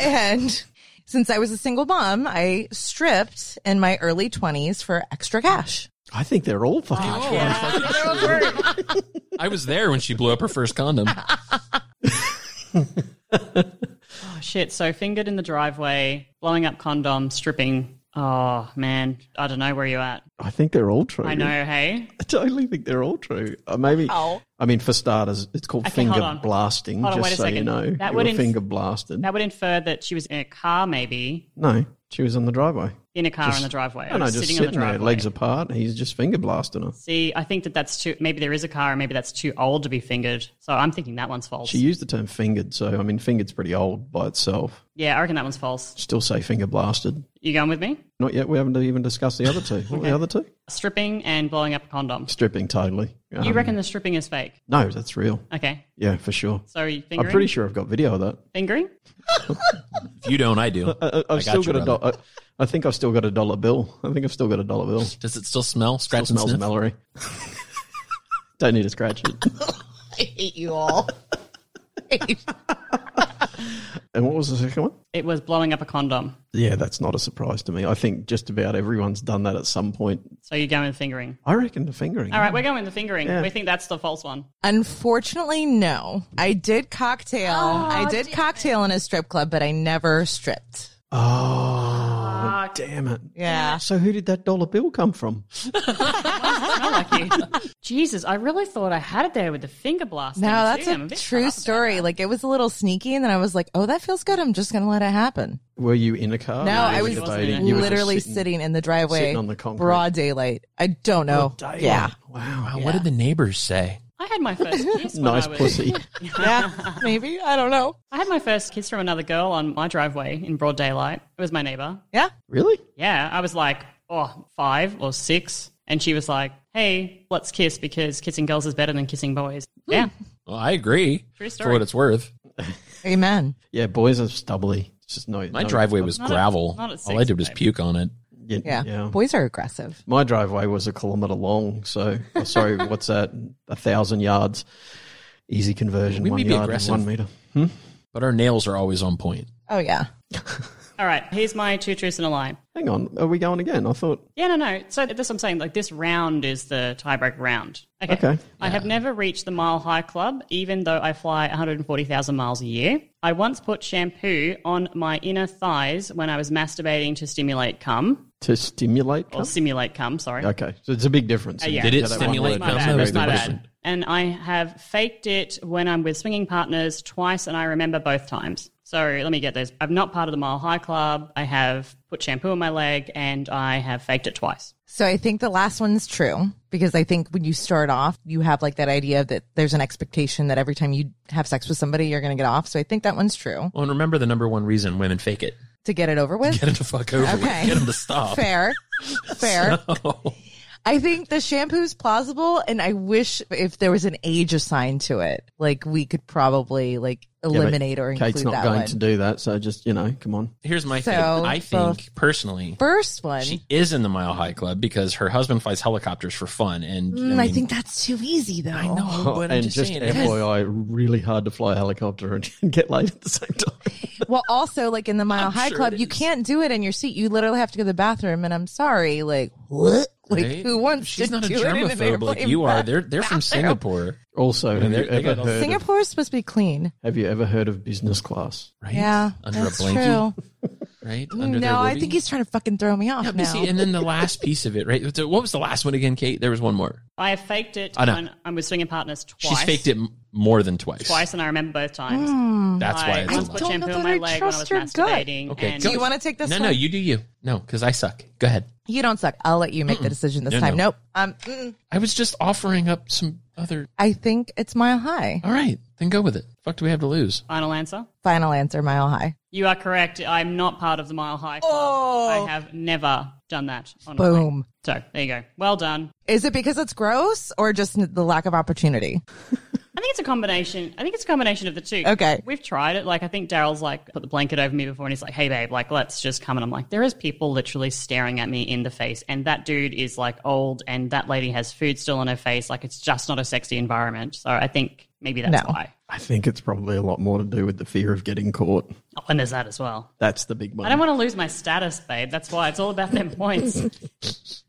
B: And since I was a single mom, I stripped in my early 20s for extra cash.
D: I think they're all fucking
A: Oh.
D: strong.
C: I was there when she blew up her first condom.
A: Oh, shit. So fingered in the driveway, blowing up condom, stripping. Oh, man. I don't know where you're at.
D: I think they're all true.
A: I know, hey?
D: I totally think they're all true. Uh, maybe.
B: Ow.
D: I mean, for starters, it's called
A: Okay, hold
D: finger
A: on.
D: blasting.
A: Hold on,
D: just
A: wait a
D: so you
A: second.
D: know,
A: That
D: you
A: would
D: were
A: inf-
D: finger blasted.
A: That would infer that she was in a car, maybe.
D: no, she was in the driveway.
A: In a car
D: Just-
A: in the driveway.
D: No, no, just sitting, there, legs apart. He's just finger blasting her.
A: See, I think that that's too. Maybe there is a car, and maybe that's too old to be fingered. So I'm thinking that one's false.
D: She used the term fingered, so I mean, fingered's pretty old by itself.
A: yeah, I reckon that one's false.
D: Still say finger blasted.
A: You going with me?
D: Not yet. We haven't even discussed the other two. What were the other two?
A: Stripping and blowing up a condom.
D: Stripping totally.
A: You
D: Um,
A: reckon the stripping is fake?
D: No, that's real.
A: Okay,
D: Yeah, for sure.
A: so you fingering.
D: I'm pretty sure I've got video of that.
A: fingering.
C: If you don't, I do.
D: I, I, I've
C: got
D: still
C: you,
D: got a dollar. I, I think I've still got a dollar bill. I think I've still got a dollar bill. Still
C: Does it still smell? Scratch and
D: smells
C: sniff?
D: of Mallory. Don't need to scratch it.
B: I hate you all.
D: And what was the second one?
A: It was blowing up a condom.
D: Yeah, that's not a surprise to me. I think just about everyone's done that at some point.
A: So you're going with fingering.
D: I reckon the fingering.
A: All right, we're going with the fingering. We think that's the false one.
B: Unfortunately, no. I did cocktail. I did cocktail in a strip club, but I never stripped.
D: Oh, damn it.
B: Yeah.
D: So who did that dollar bill come from?
A: I like you. Jesus, I really thought I had it there with the finger blast.
B: No, that's a true story. Like it was a little sneaky, and then I was like, "Oh, that feels good. I'm just gonna let it happen."
D: Were you in a car?
B: No,
D: Or
B: I
D: were
B: was
D: Oh, you
A: wasn't in
D: dating?
A: it.
D: You were just
B: Literally sitting, in the driveway,
D: sitting on the concrete.
B: broad daylight. I don't know.
D: Damn.
B: Yeah,
D: Wow.
C: Wow, What did the neighbors say?
A: I had my first kiss. when
D: Nice
A: I was,
D: pussy.
B: yeah, maybe I don't know.
A: I had my first kiss from another girl on my driveway in broad daylight. It was my neighbor.
B: Yeah,
D: really?
A: Yeah, I was like, oh, five or six. And she was like, hey, let's kiss because kissing girls is better than kissing boys. Yeah.
C: Well, I agree.
A: True
C: For
A: story.
C: what it's worth,
B: amen.
D: Yeah, boys are stubbly. It's just no.
C: my
D: no-
C: driveway was
A: at-
C: gravel.
A: not at
C: All I
A: six,
C: did was
A: babe.
C: puke on it.
D: Yeah.
B: Yeah.
D: yeah.
B: boys are aggressive.
D: My driveway was a kilometre long. So, oh, sorry, what's that? A thousand yards. Easy conversion.
C: We may
D: one
C: be
D: yard, and
C: aggressive.
D: one metre.
C: But our nails are always on point.
B: Oh yeah,
A: All right, here's my two truths and a lie.
D: Hang on, are we going again? I thought
A: Yeah, no, no. So this I'm saying, like this round is the tiebreak round. Okay.
D: Okay.
A: I have never reached the mile high club, even though I fly 140,000 miles a year. I once put shampoo on my inner thighs when I was masturbating to stimulate cum
D: to stimulate.
A: or
D: cum?
A: simulate cum. Sorry.
D: Okay, so it's a big difference.
A: Uh, yeah.
C: Did it
D: that one
C: stimulate
D: word
A: My
C: cum?
D: was
A: bad. my
D: very big.
A: bad. And I have faked it when I'm with swinging partners twice, and I remember both times. So let me get those. I'm not part of the Mile High Club. I have put shampoo on my leg, and I have faked it twice.
B: So I think the last one's true because I think when you start off, you have like that idea that there's an expectation that every time you have sex with somebody, you're going to get off. So I think that one's true
C: Well, and remember the number one reason women fake it.
B: to get it over with.
C: Get them to fuck over. with.
B: Okay.
C: Get them to stop.
B: Fair. Fair. I think the shampoo's plausible and I wish if there was an age assigned to it, like we could probably like
D: Yeah, but
B: eliminate or include
D: Kate's not
B: that
D: going
B: one.
D: to do that, so just you know, come on.
C: Here's my thing.
B: So,
C: I think personally,
B: First one.
C: she is in the Mile High Club because her husband flies helicopters for fun, and
B: Mm, I,
C: mean,
B: think that's too easy though.
C: I know, but I'm
D: Oh, and
C: just,
D: just
C: saying.
D: FYI, really hard to fly a helicopter and get laid at the same time.
B: Well, also like in the Mile
C: I'm
B: High
C: sure
B: Club,
C: it
B: you
C: is.
B: can't do it in your seat. You literally have to go to the bathroom, and I'm sorry, like what? Like
C: Right?
B: who wants
C: She's
B: to
C: not a
B: do it in an
C: germaphobe like
B: airplane
C: you are.
B: bath-
C: They're they're from Singapore,
D: Also, have you
C: they're- they
D: ever
C: got-
D: heard? Of,
B: Singapore is supposed to be clean.
D: have you ever heard of business class?
C: right?
B: Yeah,
C: under
B: that's
C: a blanket,
B: true.
C: right? Under their
B: No, I
C: whoopee.
B: think he's trying to fucking throw me off
C: Yeah, but
B: now.
C: see, and then the last piece of it, right? So What was the last one again, Kate? There was one more.
A: I have faked it
C: I know.
A: when I'm with swinging partners twice.
C: She's faked it m- more than twice.
A: twice, and I remember both times.
C: That's why
A: I
C: it's a
A: once
C: lie.
A: put
B: Hmm. don't
A: shampoo
B: know that
A: on my
B: I
A: leg when I was
B: trust your gut.
A: masturbating.
C: Okay,
A: and
C: go-
B: do you want to take this?
C: No,
B: one?
C: no, you do you. No, because I suck. Go ahead.
B: You don't suck. I'll let you make the decision this
C: No,
B: time.
C: no.
B: Nope. Um, mm-mm.
C: I was just offering up some other.
B: I think it's Mile High.
C: All right, then go with it. Fuck, do we have to lose?
A: Final answer.
B: Final answer, Mile High.
A: You are correct. I'm not part of the Mile High Club.
B: Oh.
A: I have never done that. Honestly.
B: Boom.
A: So there you go. Well done.
B: Is it because it's gross or just the lack of opportunity?
A: I think it's a combination. I think it's a combination of the two.
B: Okay.
A: We've tried it. Like, I think Daryl's like put the blanket over me before and he's like, hey, babe, like, let's just come. And I'm like, there is people literally staring at me in the face. And that dude is like old and that lady has food still on her face. Like, it's just not a sexy environment. So I think maybe that's
B: No.
A: why.
D: I think it's probably a lot more to do with the fear of getting caught.
A: Oh, and there's that as well.
D: That's the big
A: I
D: one.
A: don't want to lose my status, babe. That's why it's all about them points.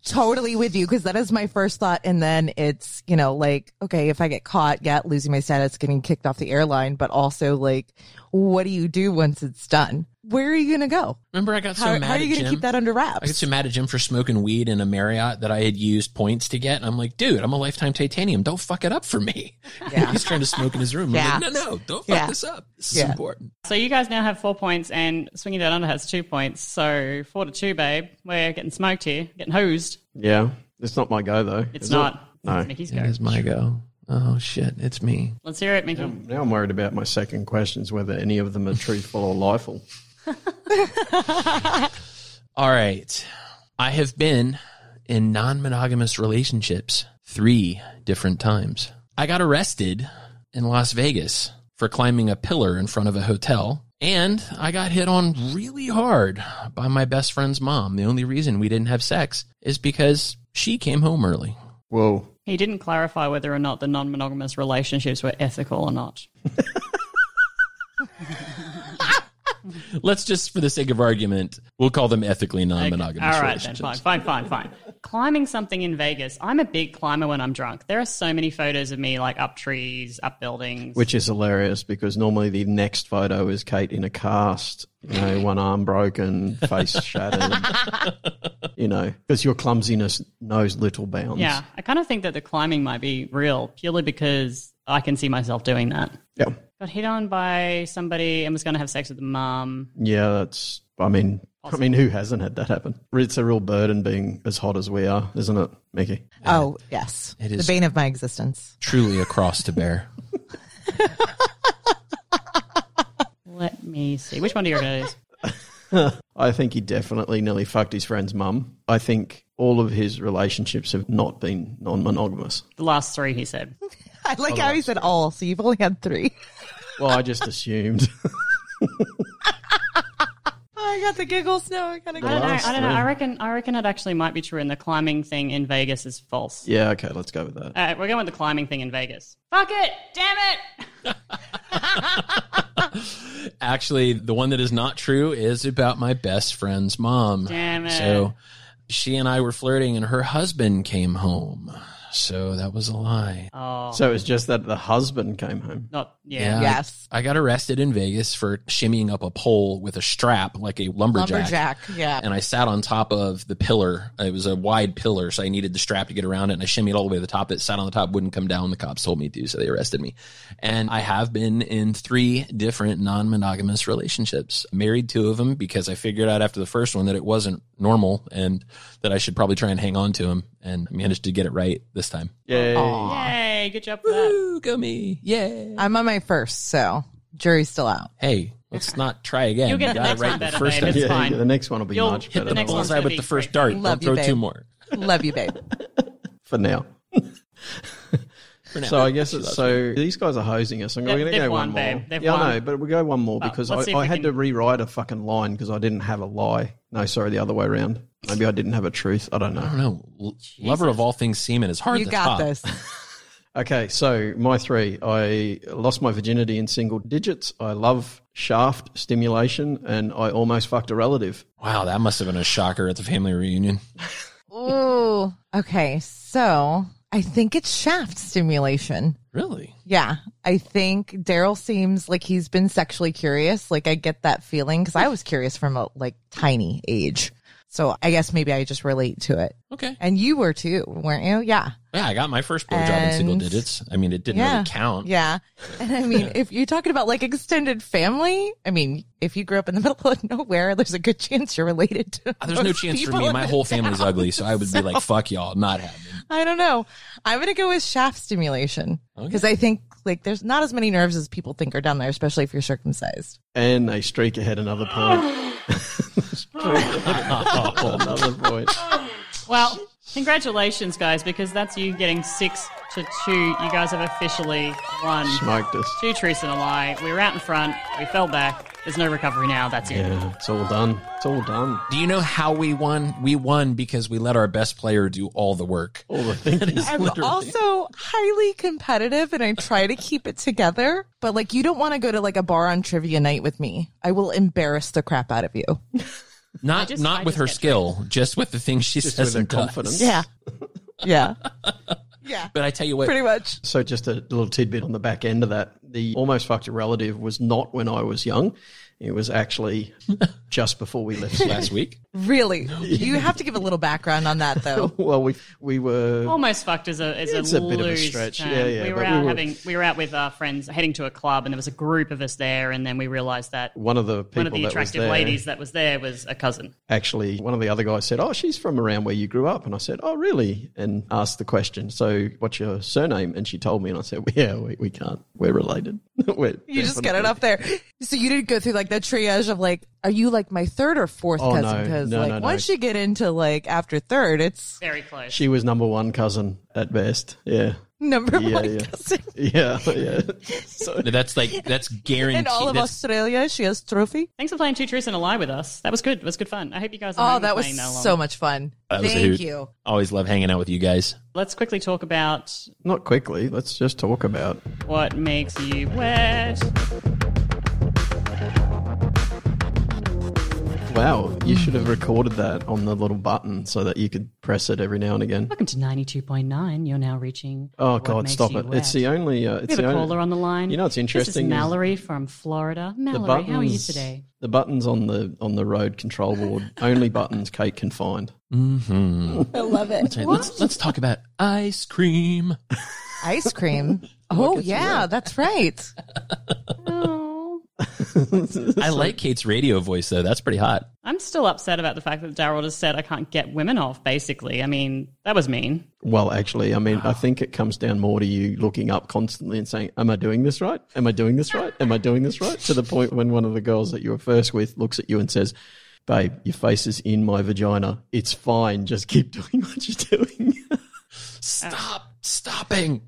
B: Totally with you because that is my first thought. And then it's, you know, like, okay, if I get caught, yeah, losing my status, getting kicked off the airline, but also like, what do you do once it's done? Where are you going to go?
C: Remember, I got so
B: How,
C: mad
B: how are you
C: at
B: going to
C: Jim?
B: keep that under
C: I got
B: wraps?
C: so mad at Jim for smoking weed in a Marriott that I had used points to get. I'm like, dude, I'm a lifetime titanium. Don't fuck it up for me. He's trying to smoke in his room.
B: Yeah.
C: I'm like, no, no, don't fuck
B: Yeah.
C: this up. This is
B: Yeah.
C: important.
A: So you guys now have four points, and Swinging Down Under has two points. So four to two, babe. We're getting smoked here, getting hosed.
D: Yeah, it's not my go though.
A: It's
D: is it?
A: not.
D: No.
A: It's Mickey's go.
C: It is my go. Oh shit, it's me.
A: Let's hear it, Mickey.
D: Now I'm worried about my second questions, whether any of them are truthful or lifeful.
C: All right. I have been in non monogamous relationships three different times. I got arrested in Las Vegas for climbing a pillar in front of a hotel, and I got hit on really hard by my best friend's mom. The only reason we didn't have sex is because she came home early.
D: Whoa.
A: He didn't clarify whether or not the non monogamous relationships were ethical or not.
C: Let's just, for the sake of argument, we'll call them ethically non monogamous
A: All right, then,
C: relationships.
A: fine, fine, fine, fine. Climbing something in Vegas. I'm a big climber when I'm drunk. There are so many photos of me like up trees, up buildings.
D: Which is hilarious because normally the next photo is Kate in a cast, you know, one arm broken, face shattered, you know, because your clumsiness knows little bounds.
A: yeah, I kind of think that the climbing might be real purely because I can see myself doing that.
D: Yeah.
A: Got hit on by somebody and was going to have sex with the mum.
D: Yeah, that's, I mean, I mean, who hasn't had that happen? It's a real burden being as hot as we are, isn't it, Mickey?
B: Oh, yes.
C: It
B: It is.
C: is-
B: The bane of my existence.
C: Truly a cross to bear.
A: Let me see. Which one do you reckon it is?
D: I think he definitely nearly fucked his friend's mum. I think all of his relationships have not been non monogamous.
A: The last three, he said.
B: I like how he said all. So you've only had three.
D: Well, I just assumed.
B: I got the giggles. No, I got to
A: I don't know.
B: go.
A: I don't know. I reckon. I reckon it actually might be true, and the climbing thing in Vegas is false.
D: yeah, okay, let's go with that.
A: All right, we're going with the climbing thing in Vegas. Fuck it! Damn it!
C: Actually, the one that is not true is about my best friend's mom.
A: Damn it.
C: So she and I were flirting, and her husband came home. So that was a lie.
A: Oh,
D: So it's just that the husband came home.
A: not Oh, yeah.
C: Yeah.
B: yes.
C: I got arrested in Vegas for shimmying up a pole with a strap like a lumberjack.
B: Lumberjack. Yeah.
C: and I sat on top of the pillar. It was a wide pillar, so I needed the strap to get around it. And I shimmied all the way to the top. It sat on the top, wouldn't come down. The cops told me to, so they arrested me. And I have been in three different non monogamous relationships, married two of them because I figured out after the first one that it wasn't normal and that I should probably try and hang on to him. And I managed to get it right this time.
D: Yay.
A: Oh.
B: Aw.
A: Yay, good job for that.
C: Ooh, go me. Yeah.
B: I'm on my first, so jury's still out.
C: Hey, let's not try again.
A: You'll get the
C: You got it
A: next
C: right
A: one
C: the
A: better,
C: first
A: babe.
C: time.
A: It's
D: yeah,
A: fine.
D: the next one will be
A: You'll
D: much
A: hit the next
D: better. than
A: one.
D: the last
C: Bullseye with
A: be
C: the first
A: great.
C: dart.
B: Love
C: Don't throw
B: you,
C: two
B: babe.
C: more.
B: Love you, babe.
D: for now.
C: For now.
D: So I guess it's so these guys are hosing us. I'm
A: They've-
D: going to
A: they've
D: go
A: won,
D: one
A: babe.
D: more.
A: They've
D: yeah,
A: won.
D: I know, but we go one more because
A: let's see
D: I,
A: if
D: I
A: we
D: had
A: can-
D: to rewrite a fucking line because I didn't have a lie. No, sorry, the other way around. Maybe I didn't have a truth. I don't
C: I
D: know.
C: don't know. L- Lover of all things semen is hard
B: You
C: to
B: got
C: top.
B: this.
D: Okay, so my three. I lost my virginity in single digits. I love shaft stimulation, and I almost fucked a relative.
C: Wow, that must have been a shocker at the family reunion.
B: Ooh. Okay. So I think it's shaft stimulation.
C: Really?
B: Yeah. I think Daryl seems like he's been sexually curious. Like I get that feeling because I was curious from a like tiny age. So I guess maybe I just relate to it.
C: Okay.
B: And you were too, weren't you? Yeah.
C: Yeah, I got my first blowjob in single
B: And-
C: digits. I mean, it didn't
B: Yeah.
C: really count.
B: Yeah. And I mean, if you're talking about like extended family, I mean, if you grew up in the middle of nowhere, there's a good chance you're related to.
C: Uh, There's no
B: most
C: chance for
B: people
C: me.
B: in
C: My
B: this
C: whole family's
B: town.
C: ugly, so I would be like, "Fuck y'all, not happening."
B: I don't know. I'm going to go with shaft stimulation because I think like there's not as many nerves as people think are down there, especially if you're circumcised.
D: And they streak ahead another point. streak ahead another point.
A: Well, congratulations, guys, because that's you getting six to two. You guys have officially won.
D: Smoked us.
A: Two truths and a lie. We were out in front. We fell back. There's no recovery now. That's it.
D: Yeah, it's all done. It's all done.
C: Do you know how we won? We won because we let our best player do all the work.
B: Oh.
D: All the thinking.
B: I'm also highly competitive and I try to keep it together, but like you don't want to go to like a bar on trivia night with me. I will embarrass the crap out of you.
C: Not
A: just-
C: not
A: I
C: with
A: just
C: her
A: get
C: skill, just with the things she
D: Just
C: says
D: with her
C: and does.
D: confidence.
B: Yeah. Yeah. Yeah.
C: But I tell you what,
B: Pretty much.
D: So just a little tidbit on the back end of that. The almost fucked a relative was not when I was young. It was actually just before we left. Sydney.
C: last week
B: Really. You have to give a little background on that though.
D: well, we we were
A: Almost fucked is a is
D: It's
A: a,
D: a bit of a
A: loose
D: stretch.
A: term.
D: Yeah, yeah,
A: We were
D: but
A: out
D: we were-
A: having we were out with our friends heading to a club, and there was a group of us there, and then we realized that
D: one of the people
A: one of the
D: that was
A: attractive
D: there,
A: ladies that was there was a cousin.
D: Actually, one of the other guys said, "Oh, she's from around where you grew up," and I said, "Oh, really?" And asked the question. So, what's your surname? And she told me, and I said, "Yeah, we, we can't. We're related. We're
B: You just got
D: definitely-
B: it up there. So you didn't go through like the triage of like, are you like my third or fourth
D: Oh,
B: cousin?
D: no.
B: Because
D: No,
B: like
D: no, no.
B: once you get into like after third, it's
A: Very close.
D: She was number one cousin at best. Yeah,
B: number
D: Yeah,
B: one
D: yeah.
B: cousin.
D: yeah, yeah. So
C: that's like that's guaranteed.
B: In all of
C: that's-
B: Australia, she has trophy.
A: Thanks for playing Two Truths and a Lie with us. That was good. It was good fun. I hope you guys. Are
B: Oh,
A: home
B: that
A: playing
B: was
A: that along.
B: so much fun.
C: That was a
B: Thank
C: hoot.
B: you.
C: Always love hanging out with you guys.
A: Let's quickly talk about
D: not quickly. Let's just talk about
A: what makes you wet.
D: Wow, you should have recorded that on the little button so that you could press it every now and again.
A: Welcome to ninety two point nine. You're now reaching.
D: Oh
A: What
D: God,
A: Makes
D: stop
A: You
D: it!
A: Wet.
D: It's the only. Uh,
A: we
D: it's
A: have
D: the
A: a
D: only,
A: caller on the line.
D: You know what's
A: This is
D: interesting is
A: Mallory from Florida.
D: the
A: Mallory,
D: buttons,
A: how are you today?
D: The buttons on the on the road control board only buttons Kate can find.
C: Mm-hmm.
B: I love it.
C: Let's let's talk about ice cream.
B: Ice cream. Oh yeah, that's right.
A: Oh,
C: I like Kate's radio voice though. That's pretty hot.
A: I'm still upset about the fact that Daryl just said I can't get women off. Basically, I mean that was mean.
D: Well, actually, I mean, I think it comes down more to you looking up constantly and saying, "Am I doing this right? Am I doing this right? Am I doing this right?" to the point when one of the girls that you were first with looks at you and says. Babe, your face is in my vagina. It's fine. Just keep doing what you're doing.
C: Stop stopping.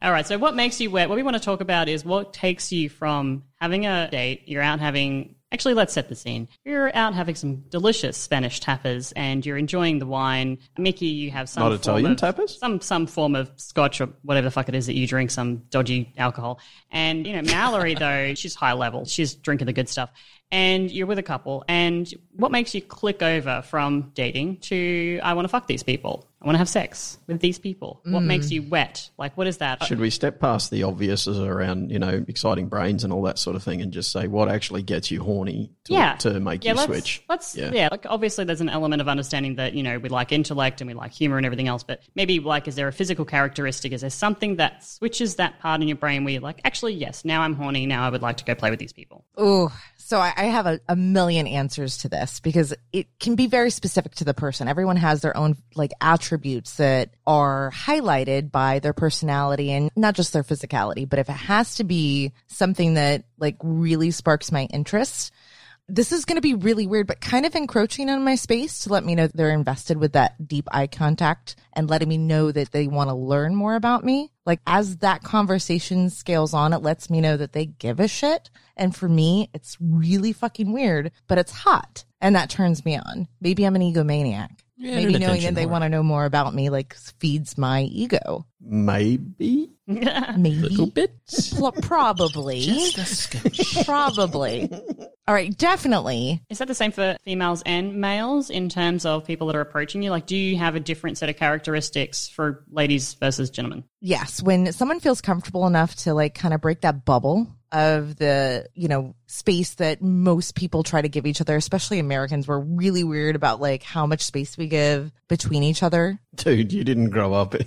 A: All right. So, what makes you wet? What we want to talk about is what takes you from having a date, you're out having Actually, let's set the scene. You're out having some delicious Spanish tapas, and you're enjoying the wine. Mickey, you have some
D: Not
A: form
D: Italian
A: of-
D: tapas?
A: some some form of scotch or whatever the fuck it is that you drink, some dodgy alcohol. And you know, Mallory though, she's high level. She's drinking the good stuff. And you're with a couple. And what makes you click over from dating to I want to fuck these people. I want to have sex with these people. What makes you wet? Like what is that?
D: Should we step past the obviouses around, you know, exciting brains and all that sort of thing and just say what actually gets you horny to,
A: yeah.
D: to make
A: yeah,
D: you
A: let's,
D: switch?
A: Let's yeah.
D: Yeah.
A: like obviously there's an element of understanding that, you know, we like intellect and we like humor and everything else, but maybe like is there a physical characteristic? Is there something that switches that part in your brain where you're like, actually yes, now I'm horny, now I would like to go play with these people.
B: Ooh. So I, I have a, a million answers to this because it can be very specific to the person. Everyone has their own like attributes that are highlighted by their personality and not just their physicality. But if it has to be something that like really sparks my interest, this is going to be really weird, but kind of encroaching on my space to let me know that they're invested with that deep eye contact and letting me know that they want to learn more about me. Like as that conversation scales on, it lets me know that they give a shit. And for me, it's really fucking weird, but it's hot. And that turns me on. Maybe I'm an egomaniac.
C: Yeah, and
B: Maybe
C: an
B: knowing
C: attention
B: that they
C: whore.
B: want to know more about me like feeds my ego.
D: Maybe.
B: Maybe.
C: bit.
B: Pl- Probably. Probably. All right. Definitely.
A: Is that the same for females and males in terms of people that are approaching you? Like, do you have a different set of characteristics for ladies versus gentlemen?
B: Yes, when someone feels comfortable enough to like kind of break that bubble of the, you know, space that most people try to give each other, especially Americans, we're really weird about like how much space we give between each other.
D: Dude, you didn't grow up.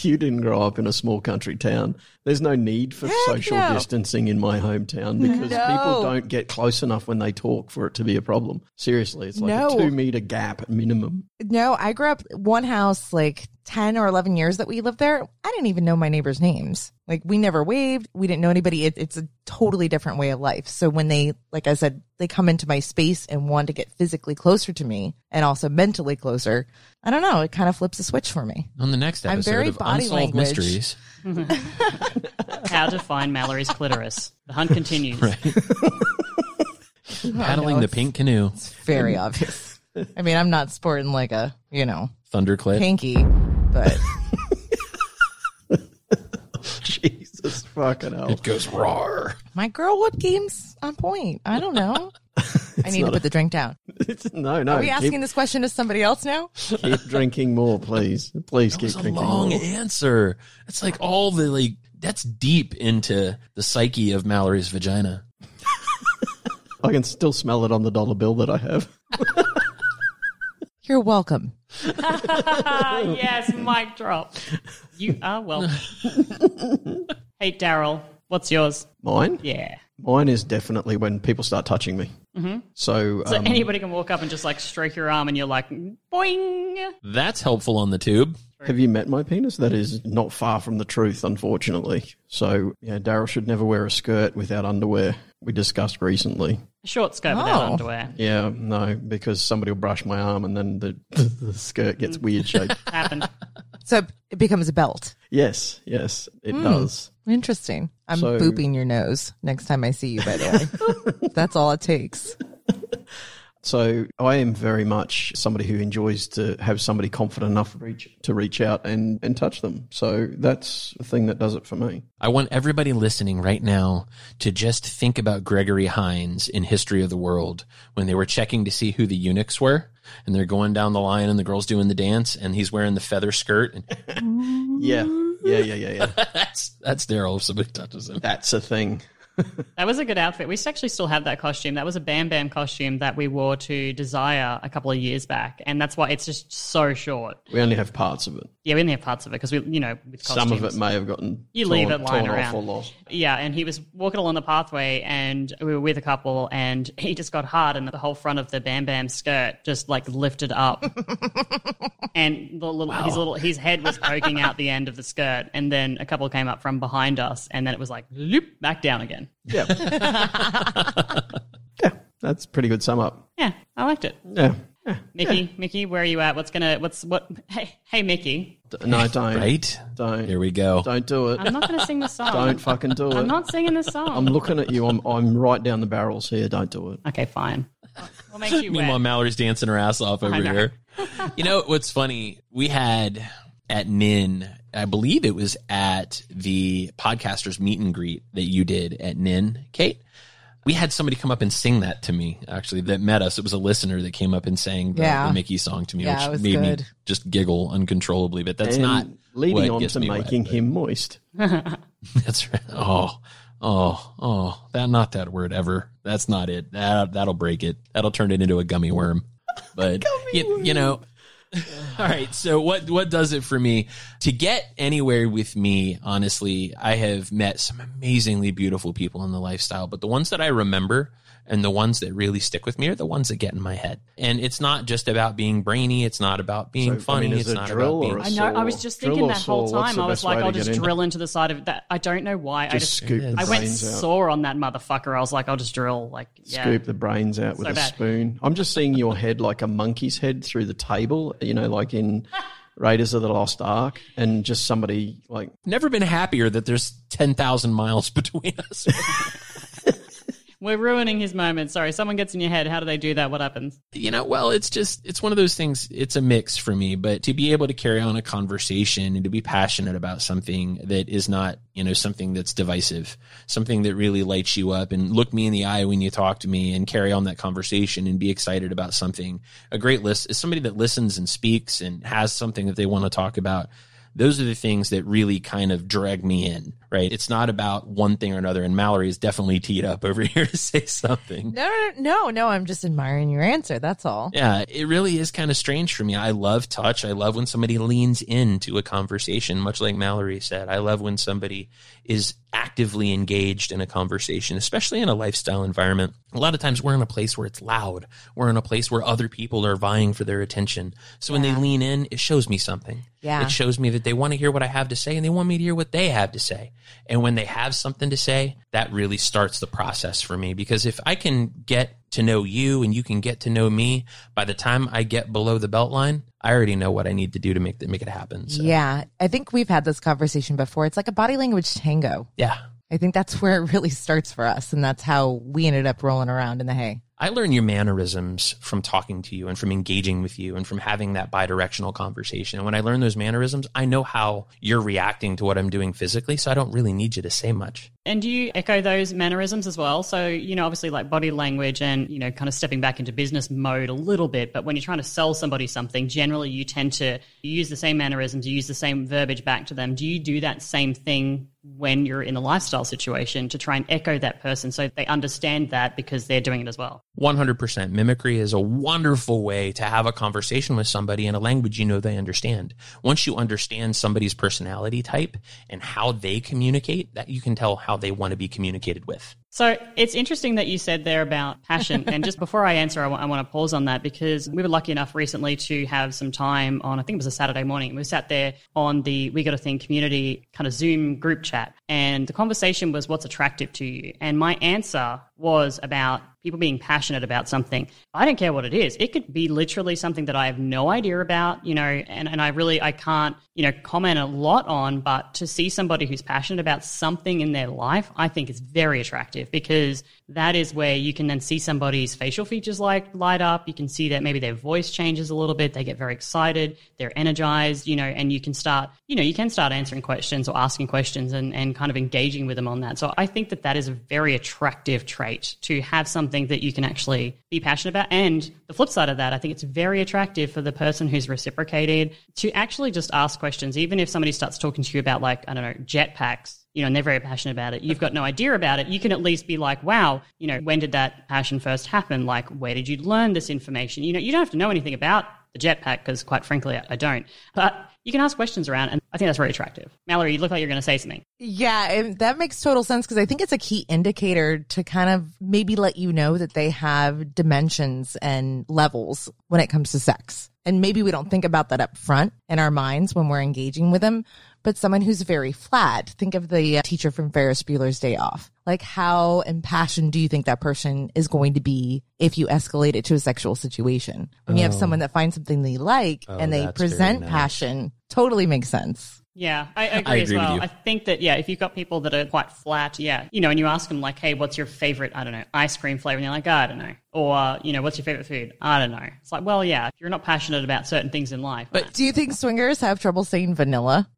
D: You didn't grow up in a small country town. There's no need for social
B: no.
D: distancing in my hometown because
B: No.
D: people don't get close enough when they talk for it to be a problem. Seriously, it's like
B: No.
D: a two meter gap minimum.
B: No, I grew up one house like 10 or 11 years that we lived there. I didn't even know my neighbors' names. Like we never waved, we didn't know anybody. It, it's a totally different way of life. So when they, like I said, they come into my space and want to get physically closer to me and also mentally closer, I don't know, it kind of flips a switch for me.
C: On the next
B: I'm
C: episode
B: very
C: of
B: body
C: Unsolved
B: language.
C: Mysteries.
A: How to find Mallory's clitoris? The hunt continues.
B: Oh,
C: paddling the pink canoe,
B: very obvious. I mean, I'm not sporting like a, you know,
C: thunderclip.
B: pinky, but
D: Jesus fucking hell.
C: It goes roar.
B: my girl, what game's on point? I don't know. I need to put the drink down.
D: It's, no, no.
B: Are we asking
D: keep,
B: this question to somebody else now?
D: keep drinking more, please. Please keep
C: It's a
D: drinking
C: long
D: more.
C: answer. It's like all the like that's deep into the psyche of Mallory's vagina.
D: I can still smell it on the dollar bill that I have.
B: You're welcome.
A: Ah, yes, mic drop. You are welcome. hey, Daryl, what's yours?
D: Mine?
A: Yeah.
D: Mine is definitely when people start touching me. Mm-hmm. So,
A: So
D: um,
A: anybody can walk up and just like stroke your arm and you're like, boing.
C: That's helpful on the tube.
D: have you met my penis? That is not far from the truth, unfortunately. So, yeah, Daryl should never wear a skirt without underwear. We discussed recently.
A: Short skirt without
B: Oh.
A: underwear.
D: Yeah, no, because somebody will brush my arm and then the, the skirt gets weird shaped.
A: Happened.
B: So it becomes a belt.
D: yes, yes, it does.
B: Interesting. I'm
D: So-
B: booping your nose next time I see you, by the way. That's all it takes.
D: So I am very much somebody who enjoys to have somebody confident enough to reach, to reach out and, and touch them. So that's the thing that does it for me.
C: I want everybody listening right now to just think about Gregory Hines in History of the World when they were checking to see who the eunuchs were. And they're going down the line and the girl's doing the dance and he's wearing the feather skirt. And
D: Yeah, yeah, yeah, yeah, yeah.
C: that's that's Daryl if somebody touches him.
D: That's a thing.
A: That was a good outfit. We actually still have that costume. That was a Bam Bam costume that we wore to Desire a couple of years back, and that's why it's just so short.
D: We only have parts of it.
A: Yeah, we only have parts of it because we, you know, with costumes.
D: Some of it may have gotten
A: You
D: torn,
A: leave it lying
D: torn
A: around.
D: off or lost.
A: Yeah, and he was walking along the pathway, and we were with a couple, and he just got hard, and the whole front of the Bam Bam skirt just like lifted up, and the little, his little his head was poking out the end of the skirt, and then a couple came up from behind us, and then it was like loop back down again.
D: Yeah, that's a pretty good sum up.
A: Yeah, I liked it.
D: Yeah.
A: Mickey, Mickey, where are you at? What's gonna? What's what? Hey, hey, Mickey.
D: No, don't.
C: Right?
D: Don't.
C: Here we go.
D: Don't do it.
A: I'm not gonna sing the song.
D: Don't fucking do it.
A: I'm not singing the song.
D: I'm looking at you. I'm I'm right down the barrels here. Don't do it.
A: Okay, fine. What makes you
C: Meanwhile,
A: wet?
C: Mallory's dancing her ass off over
A: I know.
C: here. you know what's funny? We had at Nin, I believe it was at the podcasters meet and greet that you did at Nin, Kate. We had somebody come up and sing that to me. Actually, that met us. It was a listener that came up and sang the,
B: Yeah.
C: the Mickey song to me,
B: Yeah, it
C: which
B: was
C: made me
B: good.
C: just giggle uncontrollably. But that's
D: And
C: not
D: leading
C: what
D: on
C: gets
D: to
C: me wet,
D: making
C: but-
D: him moist.
C: That's right. Oh, oh, oh, that not that word ever. That's not it. That that'll break it. That'll turn it into a gummy worm. But you, you know. All right. So what what does it for me to get anywhere with me? Honestly, I have met some amazingly beautiful people in the lifestyle, but the ones that I remember and the ones that really stick with me are the ones that get in my head. And it's not just about being brainy. It's not about being
D: So, I
C: funny.
D: mean, is
C: it's
D: it
C: not
D: drill
C: about being
D: or a
A: I know. I was
D: Saw.
A: just
D: Drill
A: thinking
D: or
A: that whole
D: saw, what's
A: time.
D: the
A: I was
D: best
A: like,
D: way to
A: I'll
D: get
A: just
D: into
A: drill into the side of that. I don't know why. I
D: Just
A: just
D: scoop the
A: I went
D: brains out.
A: sore on that motherfucker. I was like, I'll just drill. Like, yeah.
D: Scoop the brains out with
A: So
D: a
A: bad.
D: spoon. I'm just seeing your head like a monkey's head through the table. You know, like in Raiders of the Lost Ark, and just somebody like
C: Never been happier that there's ten thousand miles between us.
A: We're ruining his moment. Sorry. Someone gets in your head. How do they do that? What happens?
C: you know, well, it's just, it's one of those things. It's a mix for me, but to be able to carry on a conversation and to be passionate about something that is not, you know, something that's divisive, something that really lights you up and look me in the eye when you talk to me and carry on that conversation and be excited about something. A great list is somebody that listens and speaks and has something that they want to talk about those are the things that really kind of drag me in, right? It's not about one thing or another. And Mallory is definitely teed up over here to say something.
B: No, no, no, no. I'm just admiring your answer. That's all.
C: Yeah, it really is kind of strange for me. I love touch. I love when somebody leans into a conversation, much like Mallory said. I love when somebody is actively engaged in a conversation, especially in a lifestyle environment. A lot of times we're in a place where it's loud. We're in a place where other people are vying for their attention. So when they lean in, it shows me something.
B: Yeah.
C: It shows me that they want to hear what I have to say and they want me to hear what they have to say. And when they have something to say, that really starts the process for me because if I can get to know you and you can get to know me, by the time I get below the belt line, I already know what I need to do to make that make it happen. So,
B: Yeah. I think we've had this conversation before. It's like a body language tango.
C: yeah.
B: I think that's where it really starts for us. And that's how we ended up rolling around in the hay.
C: I learn your mannerisms from talking to you and from engaging with you and from having that bi-directional conversation. And when I learn those mannerisms, I know how you're reacting to what I'm doing physically, so I don't really need you to say much.
A: And do you echo those mannerisms as well? So, you know, obviously like body language and, you know, kind of stepping back into business mode a little bit, but when you're trying to sell somebody something, generally you tend to you use the same mannerisms, you use the same verbiage back to them. Do you do that same thing when you're in a lifestyle situation to try and echo that person so they understand that because they're doing it as well?
C: 100% mimicry is a wonderful way to have a conversation with somebody in a language you know they understand. Once you understand somebody's personality type and how they communicate, that you can tell how they want to be communicated with.
A: So it's interesting that you said there about passion. and just before I answer, I want to pause on that because we were lucky enough recently to have some time on, I think it was a Saturday morning. We sat there on the We Got a Thing community kind of Zoom group chat. And the conversation was, What's attractive to you? And my answer was about people being passionate about something. I don't care what it is. It could be literally something that I have no idea about, you know, and, and I really I can't, you know, comment a lot on, but to see somebody who's passionate about something in their life, I think is very attractive because that is where you can then see somebody's facial features like light up. You can see that maybe their voice changes a little bit, they get very excited, they're energized, you know, and you can start, you know, you can start answering questions or asking questions and, and kind of engaging with them on that. So I think that that is a very attractive trait to have something that you can actually be passionate about. And the flip side of that, I think it's very attractive for the person who's reciprocated to actually just ask questions, even if somebody starts talking to you about, like, I don't know, jetpacks. You know, and they're very passionate about it. You've got no idea about it. You can at least be like, wow, you know, when did that passion first happen? Like, where did you learn this information? You know, you don't have to know anything about the jetpack because, quite frankly, I- I don't. But you can ask questions around, and I think that's very attractive. Mallory, you look like you're going to say something.
B: Yeah, and that makes total sense because I think it's a key indicator to kind of maybe let you know that they have dimensions and levels when it comes to sex. And maybe we don't think about that up front in our minds when we're engaging with them, but someone who's very flat. Think of the uh, teacher from Ferris Bueller's Day Off. Like, how impassioned do you think that person is going to be if you escalate it to a sexual situation? When you have
C: Oh.
B: someone that finds something they like
C: Oh,
B: and they
C: that's very
B: present
C: nice.
B: passion, totally makes sense.
A: Yeah, I agree,
C: I
A: as
C: agree with
A: well.
C: you.
A: I think that yeah, if you've got people that are quite flat, yeah, you know, and you ask them like, "Hey, what's your favorite? I don't know, ice cream flavor?" and they're like, "Oh, "I don't know," or you know, "What's your favorite food?" I don't know. It's like, well, yeah, if you're not passionate about certain things in life.
C: But-
B: Do you think swingers have trouble saying vanilla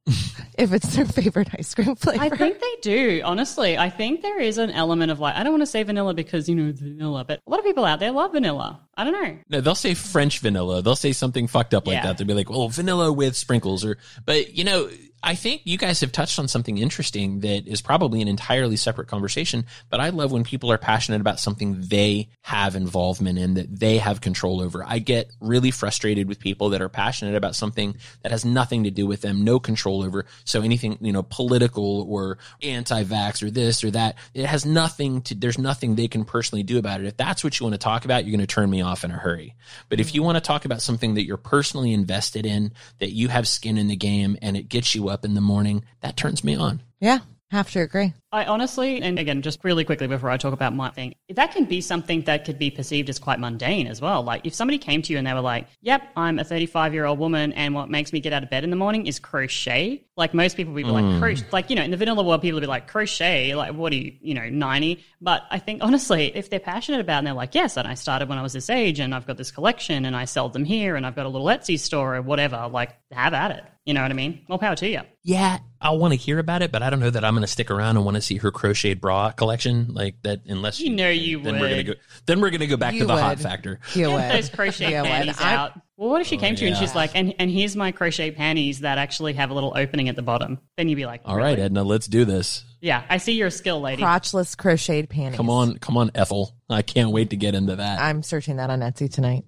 B: if it's their favorite ice cream flavor?
A: I think they do, honestly. I think there is an element of like, I don't want to say vanilla because, you know, it's vanilla, but a lot of people out there love vanilla. I don't know.
C: No, they'll say French vanilla. They'll say something fucked up like
A: Yeah.
C: that. They'll be like, "Well, vanilla with sprinkles," or. But you know, I think you guys have touched on something interesting that is probably an entirely separate conversation. But I love when people are passionate about something they have involvement in that they have control over. I get really frustrated with people that are passionate about something that has nothing to do with them, no control over. So anything you know, political or anti-vax or this or that, it has nothing to. There's nothing they can personally do about it. If that's what you want to talk about, you're going to turn me off in a hurry. But if you want to talk about something that you're personally invested in, that you have skin in the game and it gets you up in the morning, that turns me on.
B: yeah, have to agree.
A: I honestly, and again, just really quickly before I talk about my thing, that can be something that could be perceived as quite mundane as well. Like if somebody came to you and they were like, yep, I'm a 35 year old woman and what makes me get out of bed in the morning is crochet. Like most people would be like, crochet. Like, you know, in the vanilla world, people would be like, crochet. Like, what are you, you know, 90? But I think honestly, if they're passionate about it and they're like, yes, and I started when I was this age and I've got this collection and I sell them here and I've got a little Etsy store or whatever, like have at it. You know what I mean? More power to you.
C: Yeah, I'll want to hear about it, but I don't know that I'm going to stick around and want to see her crocheted bra collection like that. Unless
A: You know you
C: then we're gonna
A: would.
C: go. Then we're going to go back
B: You
C: to the hot
B: would.
C: factor.
B: You
A: Get those crochet
B: Yeah, when
A: panties
B: I-
A: out. Well, what if she came to you and
C: Oh, yeah.
A: she's like, and, and here's my crochet panties that actually have a little opening at the bottom? Then you'd be like,
C: All right, Edna, let's do this.
A: Yeah, I see you're a skill lady.
B: Crotchless crocheted panties.
C: Come on, come on, Ethel. I can't wait to get into that.
B: I'm searching that on Etsy tonight.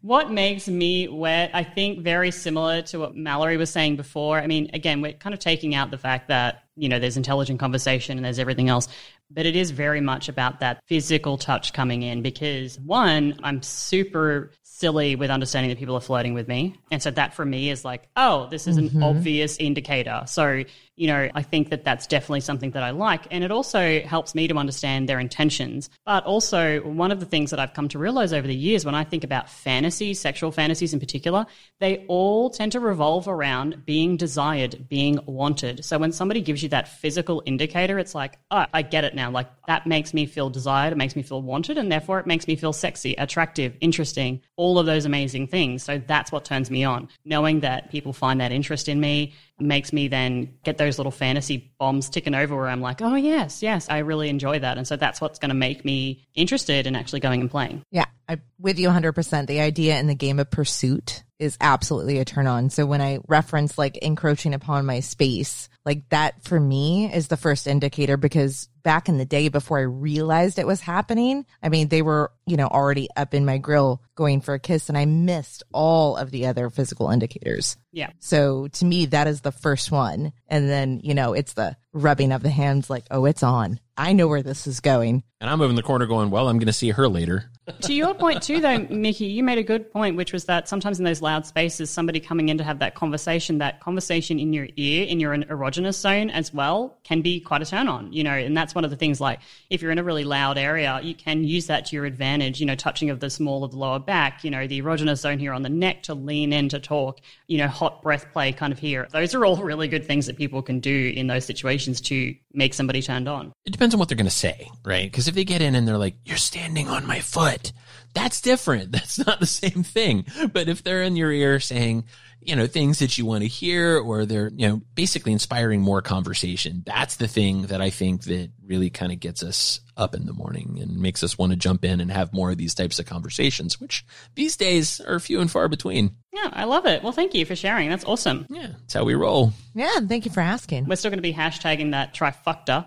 A: What makes me wet, I think very similar to what Mallory was saying before. I mean, again, we're kind of taking out the fact that, you know, there's intelligent conversation and there's everything else, but it is very much about that physical touch coming in because one, I'm super silly with understanding that people are flirting with me. And so that for me is like, oh, this is
C: Mm-hmm.
A: an obvious indicator. So, you know, I think that that's definitely something that I like. And it also helps me to understand their intentions. But also, one of the things that I've come to realize over the years when I think about fantasy, sexual fantasies in particular, they all tend to revolve around being desired, being wanted. So when somebody gives you that physical indicator, it's like, oh, I get it now. Like that makes me feel desired, it makes me feel wanted, and therefore it makes me feel sexy, attractive, interesting, all of those amazing things. So that's what turns me on. Knowing that people find that interest in me makes me then get those little fantasy bombs ticking over where I'm like, oh, yes, yes, I really enjoy that. And so that's what's going to make me interested in actually going and playing.
B: Yeah, I with you 100%. The idea in the game of pursuit is absolutely a turn on. So when I reference like encroaching upon my space, like that for me is the first indicator because back in the day before I realized it was happening, I mean, they were, you know, already up in my grill going for a kiss and I missed all of the other physical indicators.
A: Yeah.
B: So to me, that is the first one. And then, you know, it's the rubbing of the hands like, oh, it's on. I know where this is going.
C: and I'm over in the corner going, "Well, I'm going to see her later."
A: to your point too though mickey you made a good point which was that sometimes in those loud spaces somebody coming in to have that conversation that conversation in your ear in your erogenous zone as well can be quite a turn on you know and that's one of the things like if you're in a really loud area you can use that to your advantage you know touching of the small of the lower back you know the erogenous zone here on the neck to lean in to talk you know hot breath play kind of here those are all really good things that people can do in those situations to make somebody turned on
C: it depends on what they're going to say, right? Because if they get in and they're like, "You're standing on my foot," that's different. That's not the same thing. But if they're in your ear saying, you know, things that you want to hear, or they're, you know, basically inspiring more conversation, that's the thing that I think that really kind of gets us up in the morning and makes us want to jump in and have more of these types of conversations, which these days are few and far between.
A: yeah i love it well thank you for sharing that's awesome
C: Yeah, that's how we roll.
B: Yeah. and Thank you for asking.
A: We're still going to be hashtagging that trifecta.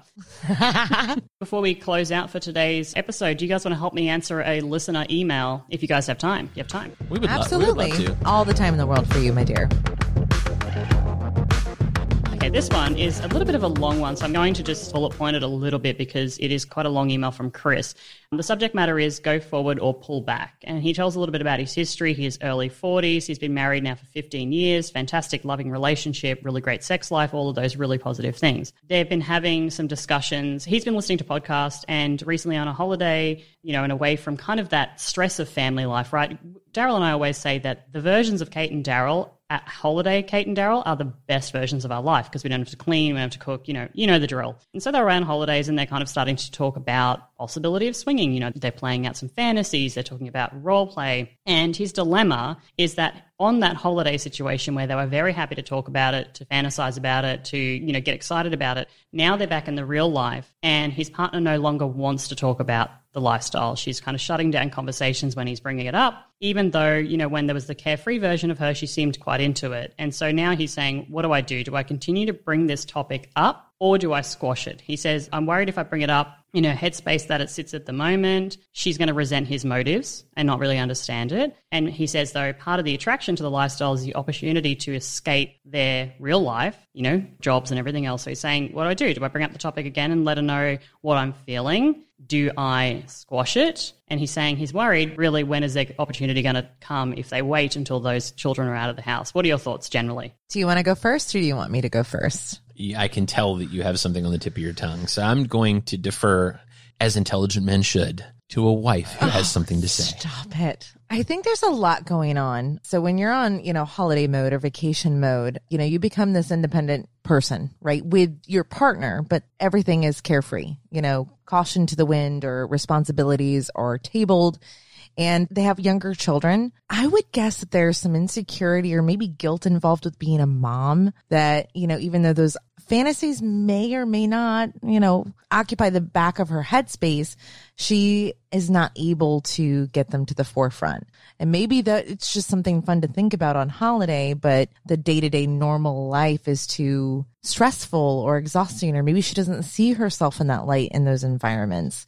A: Before we close out for today's episode, do you guys want to help me answer a listener email if you guys have time? You have time.
C: We would love- we would
B: Absolutely.
C: love to.
B: All the time in the world for you, my dear.
A: Okay, Okay, this one is a little bit of a long one, so I'm going to just bullet point it a little bit because it is quite a long email from Chris. The subject matter is go forward or pull back. And he tells a little bit about his history, his early 40s. He's been married now for 15 years, fantastic, loving relationship, really great sex life, all of those really positive things. They've been having some discussions. He's been listening to podcasts and recently on a holiday, you know, and away from kind of that stress of family life, right? Daryl and I always say that the versions of Kate and Daryl at holiday, Kate and Daryl are the best versions of our life because we don't have to clean, we don't have to cook, you know, you know the drill. And so they're around holidays and they're kind of starting to talk about possibility of swinging. You know, they're playing out some fantasies, they're talking about role play. And his dilemma is that on that holiday situation where they were very happy to talk about it, to fantasize about it, to, you know, get excited about it, now they're back in the real life and his partner no longer wants to talk about the lifestyle. She's kind of shutting down conversations when he's bringing it up, even though, you know, when there was the carefree version of her, she seemed quite into it. And so now he's saying, What do I do? Do I continue to bring this topic up or do I squash it? He says, I'm worried if I bring it up in her headspace that it sits at the moment, she's going to resent his motives and not really understand it. And he says, though, part of the attraction to the lifestyle is the opportunity to escape their real life, you know, jobs and everything else. So he's saying, What do I do? Do I bring up the topic again and let her know what I'm feeling? Do I squash it? And he's saying he's worried, really, when is their opportunity going to come if they wait until those children are out of the house? What are your thoughts generally?
B: Do you want to go first or do you want me to go first?
C: Yeah, I can tell that you have something on the tip of your tongue. So I'm going to defer, as intelligent men should, to a wife who has something to say.
B: Stop it. I think there's a lot going on. So when you're on, you know, holiday mode or vacation mode, you know, you become this independent person, right? With your partner, but everything is carefree, you know, caution to the wind or responsibilities are tabled and they have younger children. I would guess that there's some insecurity or maybe guilt involved with being a mom that, you know, even though those fantasies may or may not, you know, occupy the back of her headspace, she is not able to get them to the forefront. And maybe that it's just something fun to think about on holiday, but the day to day normal life is too stressful or exhausting, or maybe she doesn't see herself in that light in those environments.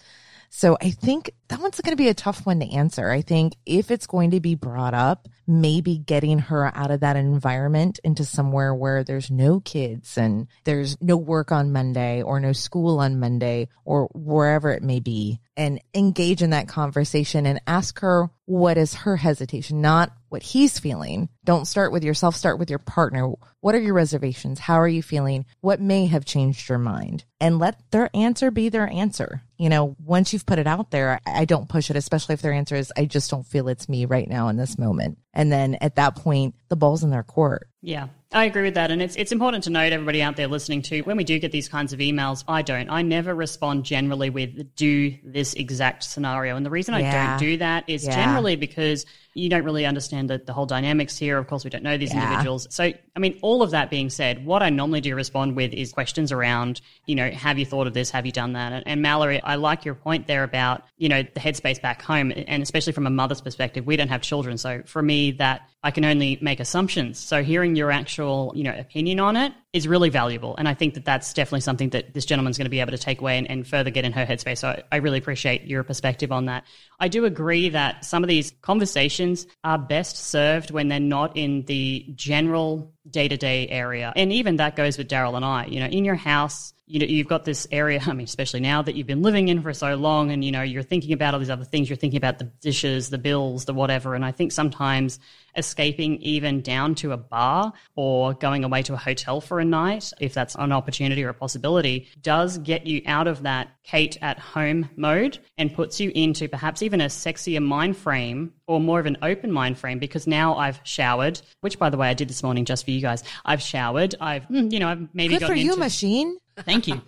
B: So I think that one's going to be a tough one to answer. I think if it's going to be brought up, maybe getting her out of that environment into somewhere where there's no kids and there's no work on Monday or no school on Monday or wherever it may be and engage in that conversation and ask her what is her hesitation, not what he's feeling. Don't start with yourself, start with your partner. What are your reservations? How are you feeling? What may have changed your mind? And let their answer be their answer. You know, once you've put it out there, I I don't push it, especially if their answer is, I just don't feel it's me right now in this moment. And then at that point, the ball's in their court.
A: Yeah, I agree with that. And it's, it's important to note, everybody out there listening to, when we do get these kinds of emails, I don't. I never respond generally with do this exact scenario. And the reason I
B: Yeah.
A: don't do that is
B: Yeah.
A: generally because you don't really understand the, the whole dynamics here. Of course, we don't know these
B: Yeah.
A: individuals. So, I mean, all of that being said, what I normally do respond with is questions around, you know, have you thought of this? Have you done that? And, and Mallory, I like your point there about, you know, the headspace back home. And especially from a mother's perspective, we don't have children. So for me, that I can only make assumptions. So hearing your actual, you know, opinion on it is really valuable. And I think that that's definitely something that this gentleman's going to be able to take away and, and further get in her headspace. So I, I really appreciate your perspective on that. I do agree that some of these conversations are best served when they're not in the general day to day area. And even that goes with Daryl and I. You know, in your house, you know, you've got this area, I mean, especially now that you've been living in for so long and, you know, you're thinking about all these other things. You're thinking about the dishes, the bills, the whatever. And I think sometimes escaping even down to a bar or going away to a hotel for a night, if that's an opportunity or a possibility, does get you out of that Kate at home mode and puts you into perhaps even a sexier mind frame or more of an open mind frame because now I've showered, which by the way, I did this morning just for you guys. I've showered. I've, mm, you know, I've maybe
B: Good
A: gotten
B: for you,
A: into-
B: machine.
A: Thank you.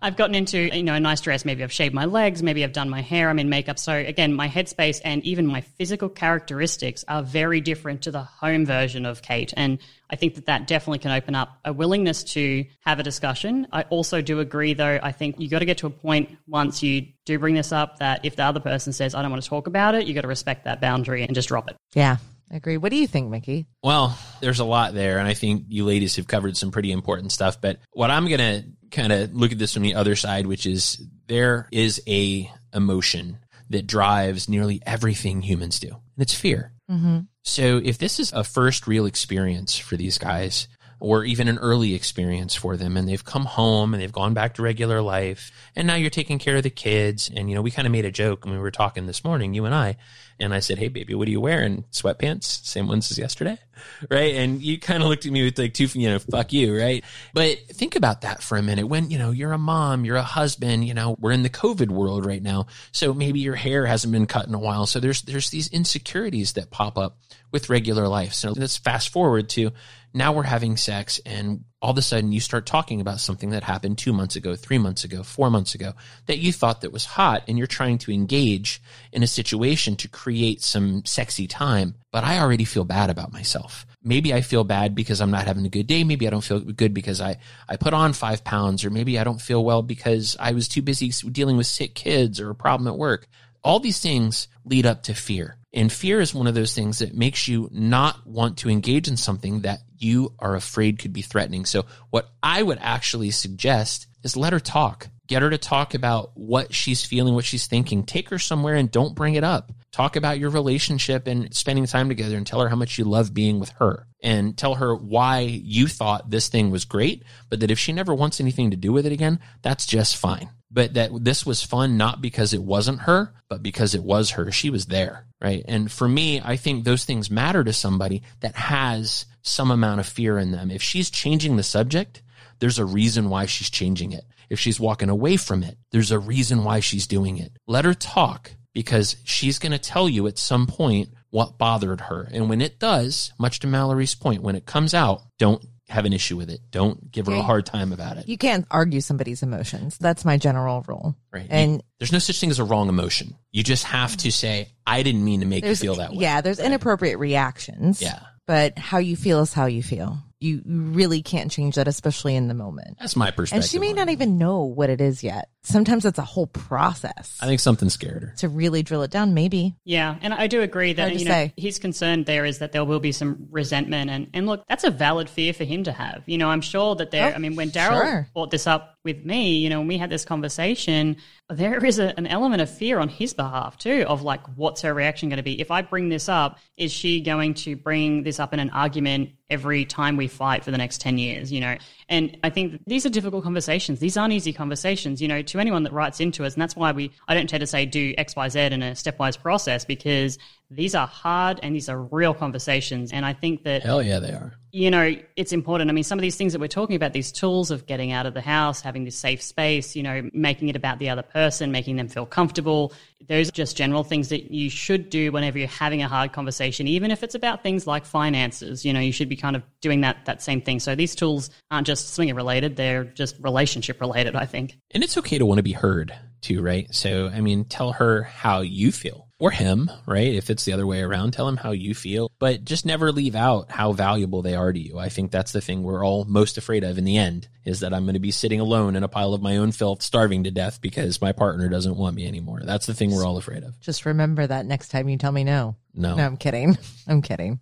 A: I've gotten into you know a nice dress. Maybe I've shaved my legs. Maybe I've done my hair. I'm in makeup. So again, my headspace and even my physical characteristics are very different to the home version of Kate. And I think that that definitely can open up a willingness to have a discussion. I also do agree, though. I think you got to get to a point once you do bring this up that if the other person says I don't want to talk about it, you got to respect that boundary and just drop it.
B: Yeah, I agree. What do you think, Mickey?
C: Well, there's a lot there, and I think you ladies have covered some pretty important stuff. But what I'm going to kind of look at this from the other side, which is there is a emotion that drives nearly everything humans do, and it's fear.
B: Mm-hmm.
C: So if this is a first real experience for these guys, or even an early experience for them and they've come home and they've gone back to regular life and now you're taking care of the kids and you know we kind of made a joke when we were talking this morning you and i and i said hey baby what are you wearing sweatpants same ones as yesterday right and you kind of looked at me with like two you know fuck you right but think about that for a minute when you know you're a mom you're a husband you know we're in the covid world right now so maybe your hair hasn't been cut in a while so there's there's these insecurities that pop up with regular life so let's fast forward to now we're having sex and all of a sudden you start talking about something that happened two months ago three months ago four months ago that you thought that was hot and you're trying to engage in a situation to create some sexy time but i already feel bad about myself maybe i feel bad because i'm not having a good day maybe i don't feel good because i i put on five pounds or maybe i don't feel well because i was too busy dealing with sick kids or a problem at work all these things lead up to fear. And fear is one of those things that makes you not want to engage in something that you are afraid could be threatening. So, what I would actually suggest is let her talk. Get her to talk about what she's feeling, what she's thinking. Take her somewhere and don't bring it up. Talk about your relationship and spending time together and tell her how much you love being with her and tell her why you thought this thing was great, but that if she never wants anything to do with it again, that's just fine but that this was fun not because it wasn't her, but because it was her. She was there, right? And for me, I think those things matter to somebody that has some amount of fear in them. If she's changing the subject, there's a reason why she's changing it. If she's walking away from it, there's a reason why she's doing it. Let her talk because she's going to tell you at some point what bothered her. And when it does, much to Mallory's point, when it comes out, don't have an issue with it. Don't give her a hard time about it.
B: You can't argue somebody's emotions. That's my general rule.
C: Right.
B: And
C: There's no such thing as a wrong emotion. You just have to say, I didn't mean to make you
B: there's
C: feel that way.
B: yeah, there's inappropriate reactions.
C: Yeah.
B: But how you feel is how you feel. You you really can't change that, especially in the moment.
C: That's my
B: And
C: perspective.
B: she may
C: on
B: not
C: it.
B: even know what it is yet. Sometimes it's a whole process
C: I think something scared her.
B: to really drill it down. Maybe
A: Yeah, and I do agree that
B: Hard to
A: you know
B: say.
A: his concern there is that there will be some resentment, and and look, that's a valid fear for him to have. You know, I'm sure that there.
B: Oh,
A: I mean, when Daryl
B: sure.
A: brought this up with me, you know, and we had this conversation, there is a, an element of fear on his behalf too, of like, what's her reaction going to be if I bring this up? Is she going to bring this up in an argument every time we fight for the next ten years? You know, and I think that these are difficult conversations. These aren't easy conversations. You know, to anyone that writes into us, and that's why we I don't tend to say do X Y Z in a stepwise process because these are hard and these are real conversations. And I think that
C: Hell yeah, they are.
A: you know, it's important. I mean, some of these things that we're talking about, these tools of getting out of the house, having this safe space, you know, making it about the other person, making them feel comfortable. Those are just general things that you should do whenever you're having a hard conversation, even if it's about things like finances. You know, you should be kind of doing that that same thing. So these tools aren't just swinging related; they're just relationship related. I think.
C: And it's okay to want to be heard too, right? So, I mean, tell her how you feel or him, right? If it's the other way around, tell him how you feel, but just never leave out how valuable they are to you. I think that's the thing we're all most afraid of in the end is that I'm going to be sitting alone in a pile of my own filth, starving to death because my partner doesn't want me anymore. That's the thing we're all afraid of.
B: just remember that next time you tell me no.
C: No.
B: No, I'm kidding. I'm kidding.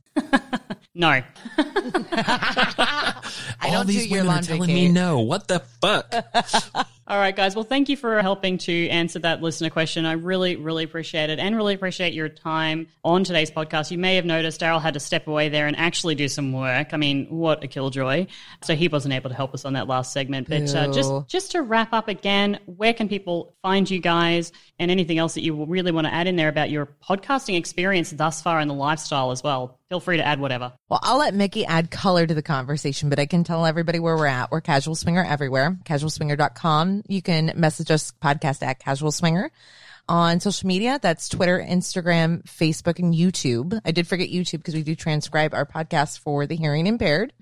A: No,
B: I
C: all
B: don't
C: these
B: do your
C: women are
B: laundry,
C: telling me
B: Kate.
C: no. What the fuck?
A: All right, guys. Well, thank you for helping to answer that listener question. I really, really appreciate it and really appreciate your time on today's podcast. You may have noticed Daryl had to step away there and actually do some work. I mean, what a killjoy. So he wasn't able to help us on that last segment. But uh, just,
B: Ew.
A: just to wrap up again, where can people find you guys and anything else that you really want to add in there about your podcasting experience thus far in the lifestyle as well? Feel free to add whatever.
B: Well, I'll let Mickey add color to the conversation, but I can tell everybody where we're at. We're Casual Swinger everywhere, casualswinger.com. You can message us podcast at Casual Swinger on social media. That's Twitter, Instagram, Facebook, and YouTube. I did forget YouTube because we do transcribe our podcast for the hearing impaired,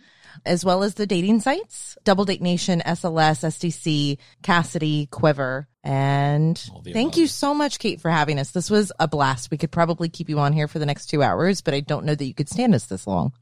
B: as well as the dating sites, Double Date Nation, SLS, SDC, Cassidy, Quiver. And thank you so much, Kate, for having us. This was a blast. We could probably keep you on here for the next two hours, but I don't know that you could stand us this long.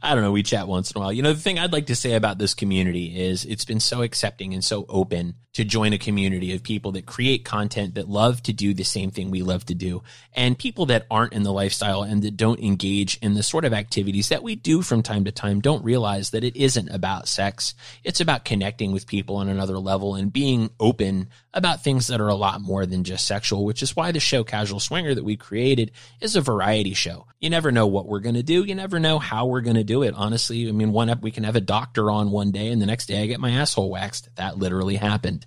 C: I don't know, we chat once in a while. You know, the thing I'd like to say about this community is it's been so accepting and so open to join a community of people that create content that love to do the same thing we love to do and people that aren't in the lifestyle and that don't engage in the sort of activities that we do from time to time don't realize that it isn't about sex. It's about connecting with people on another level and being open about things that are a lot more than just sexual, which is why the show Casual Swinger that we created is a variety show. You never know what we're going to do. You never know how we're going to do it. Honestly, I mean, one up, we can have a doctor on one day and the next day I get my asshole waxed. That literally happened.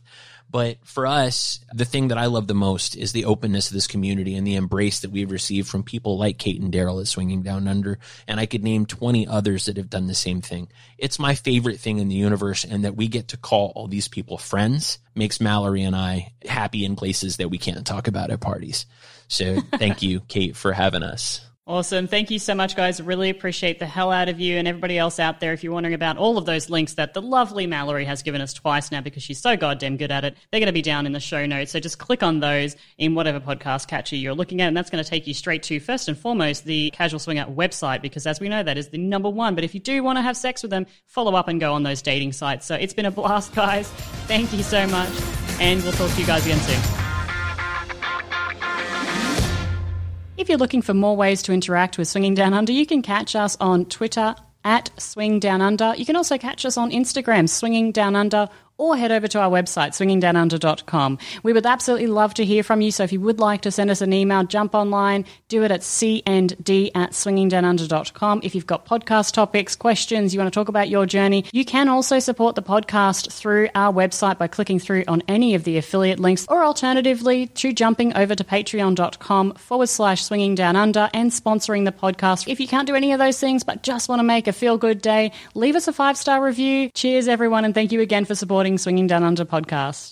C: But for us, the thing that I love the most is the openness of this community and the embrace that we've received from people like Kate and Daryl at Swinging Down Under. And I could name 20 others that have done the same thing. It's my favorite thing in the universe. And that we get to call all these people friends makes Mallory and I happy in places that we can't talk about at parties. So thank you, Kate, for having us.
A: Awesome. Thank you so much, guys. Really appreciate the hell out of you and everybody else out there. If you're wondering about all of those links that the lovely Mallory has given us twice now because she's so goddamn good at it, they're going to be down in the show notes. So just click on those in whatever podcast catcher you're looking at. And that's going to take you straight to, first and foremost, the Casual Swing Out website because, as we know, that is the number one. But if you do want to have sex with them, follow up and go on those dating sites. So it's been a blast, guys. Thank you so much. And we'll talk to you guys again soon. If you're looking for more ways to interact with Swinging Down Under, you can catch us on Twitter at Swing Down Under. You can also catch us on Instagram, Swinging Down Under, or head over to our website, swingingdownunder.com. We would absolutely love to hear from you, so if you would like to send us an email, jump online, do it at cnd at swingingdownunder.com. If you've got podcast topics, questions, you want to talk about your journey, you can also support the podcast through our website by clicking through on any of the affiliate links, or alternatively, to jumping over to patreon.com forward slash swinging down under and sponsoring the podcast. If you can't do any of those things, but just want to make a feel good day, leave us a five star review. Cheers, everyone, and thank you again for supporting Swinging Down Under podcast.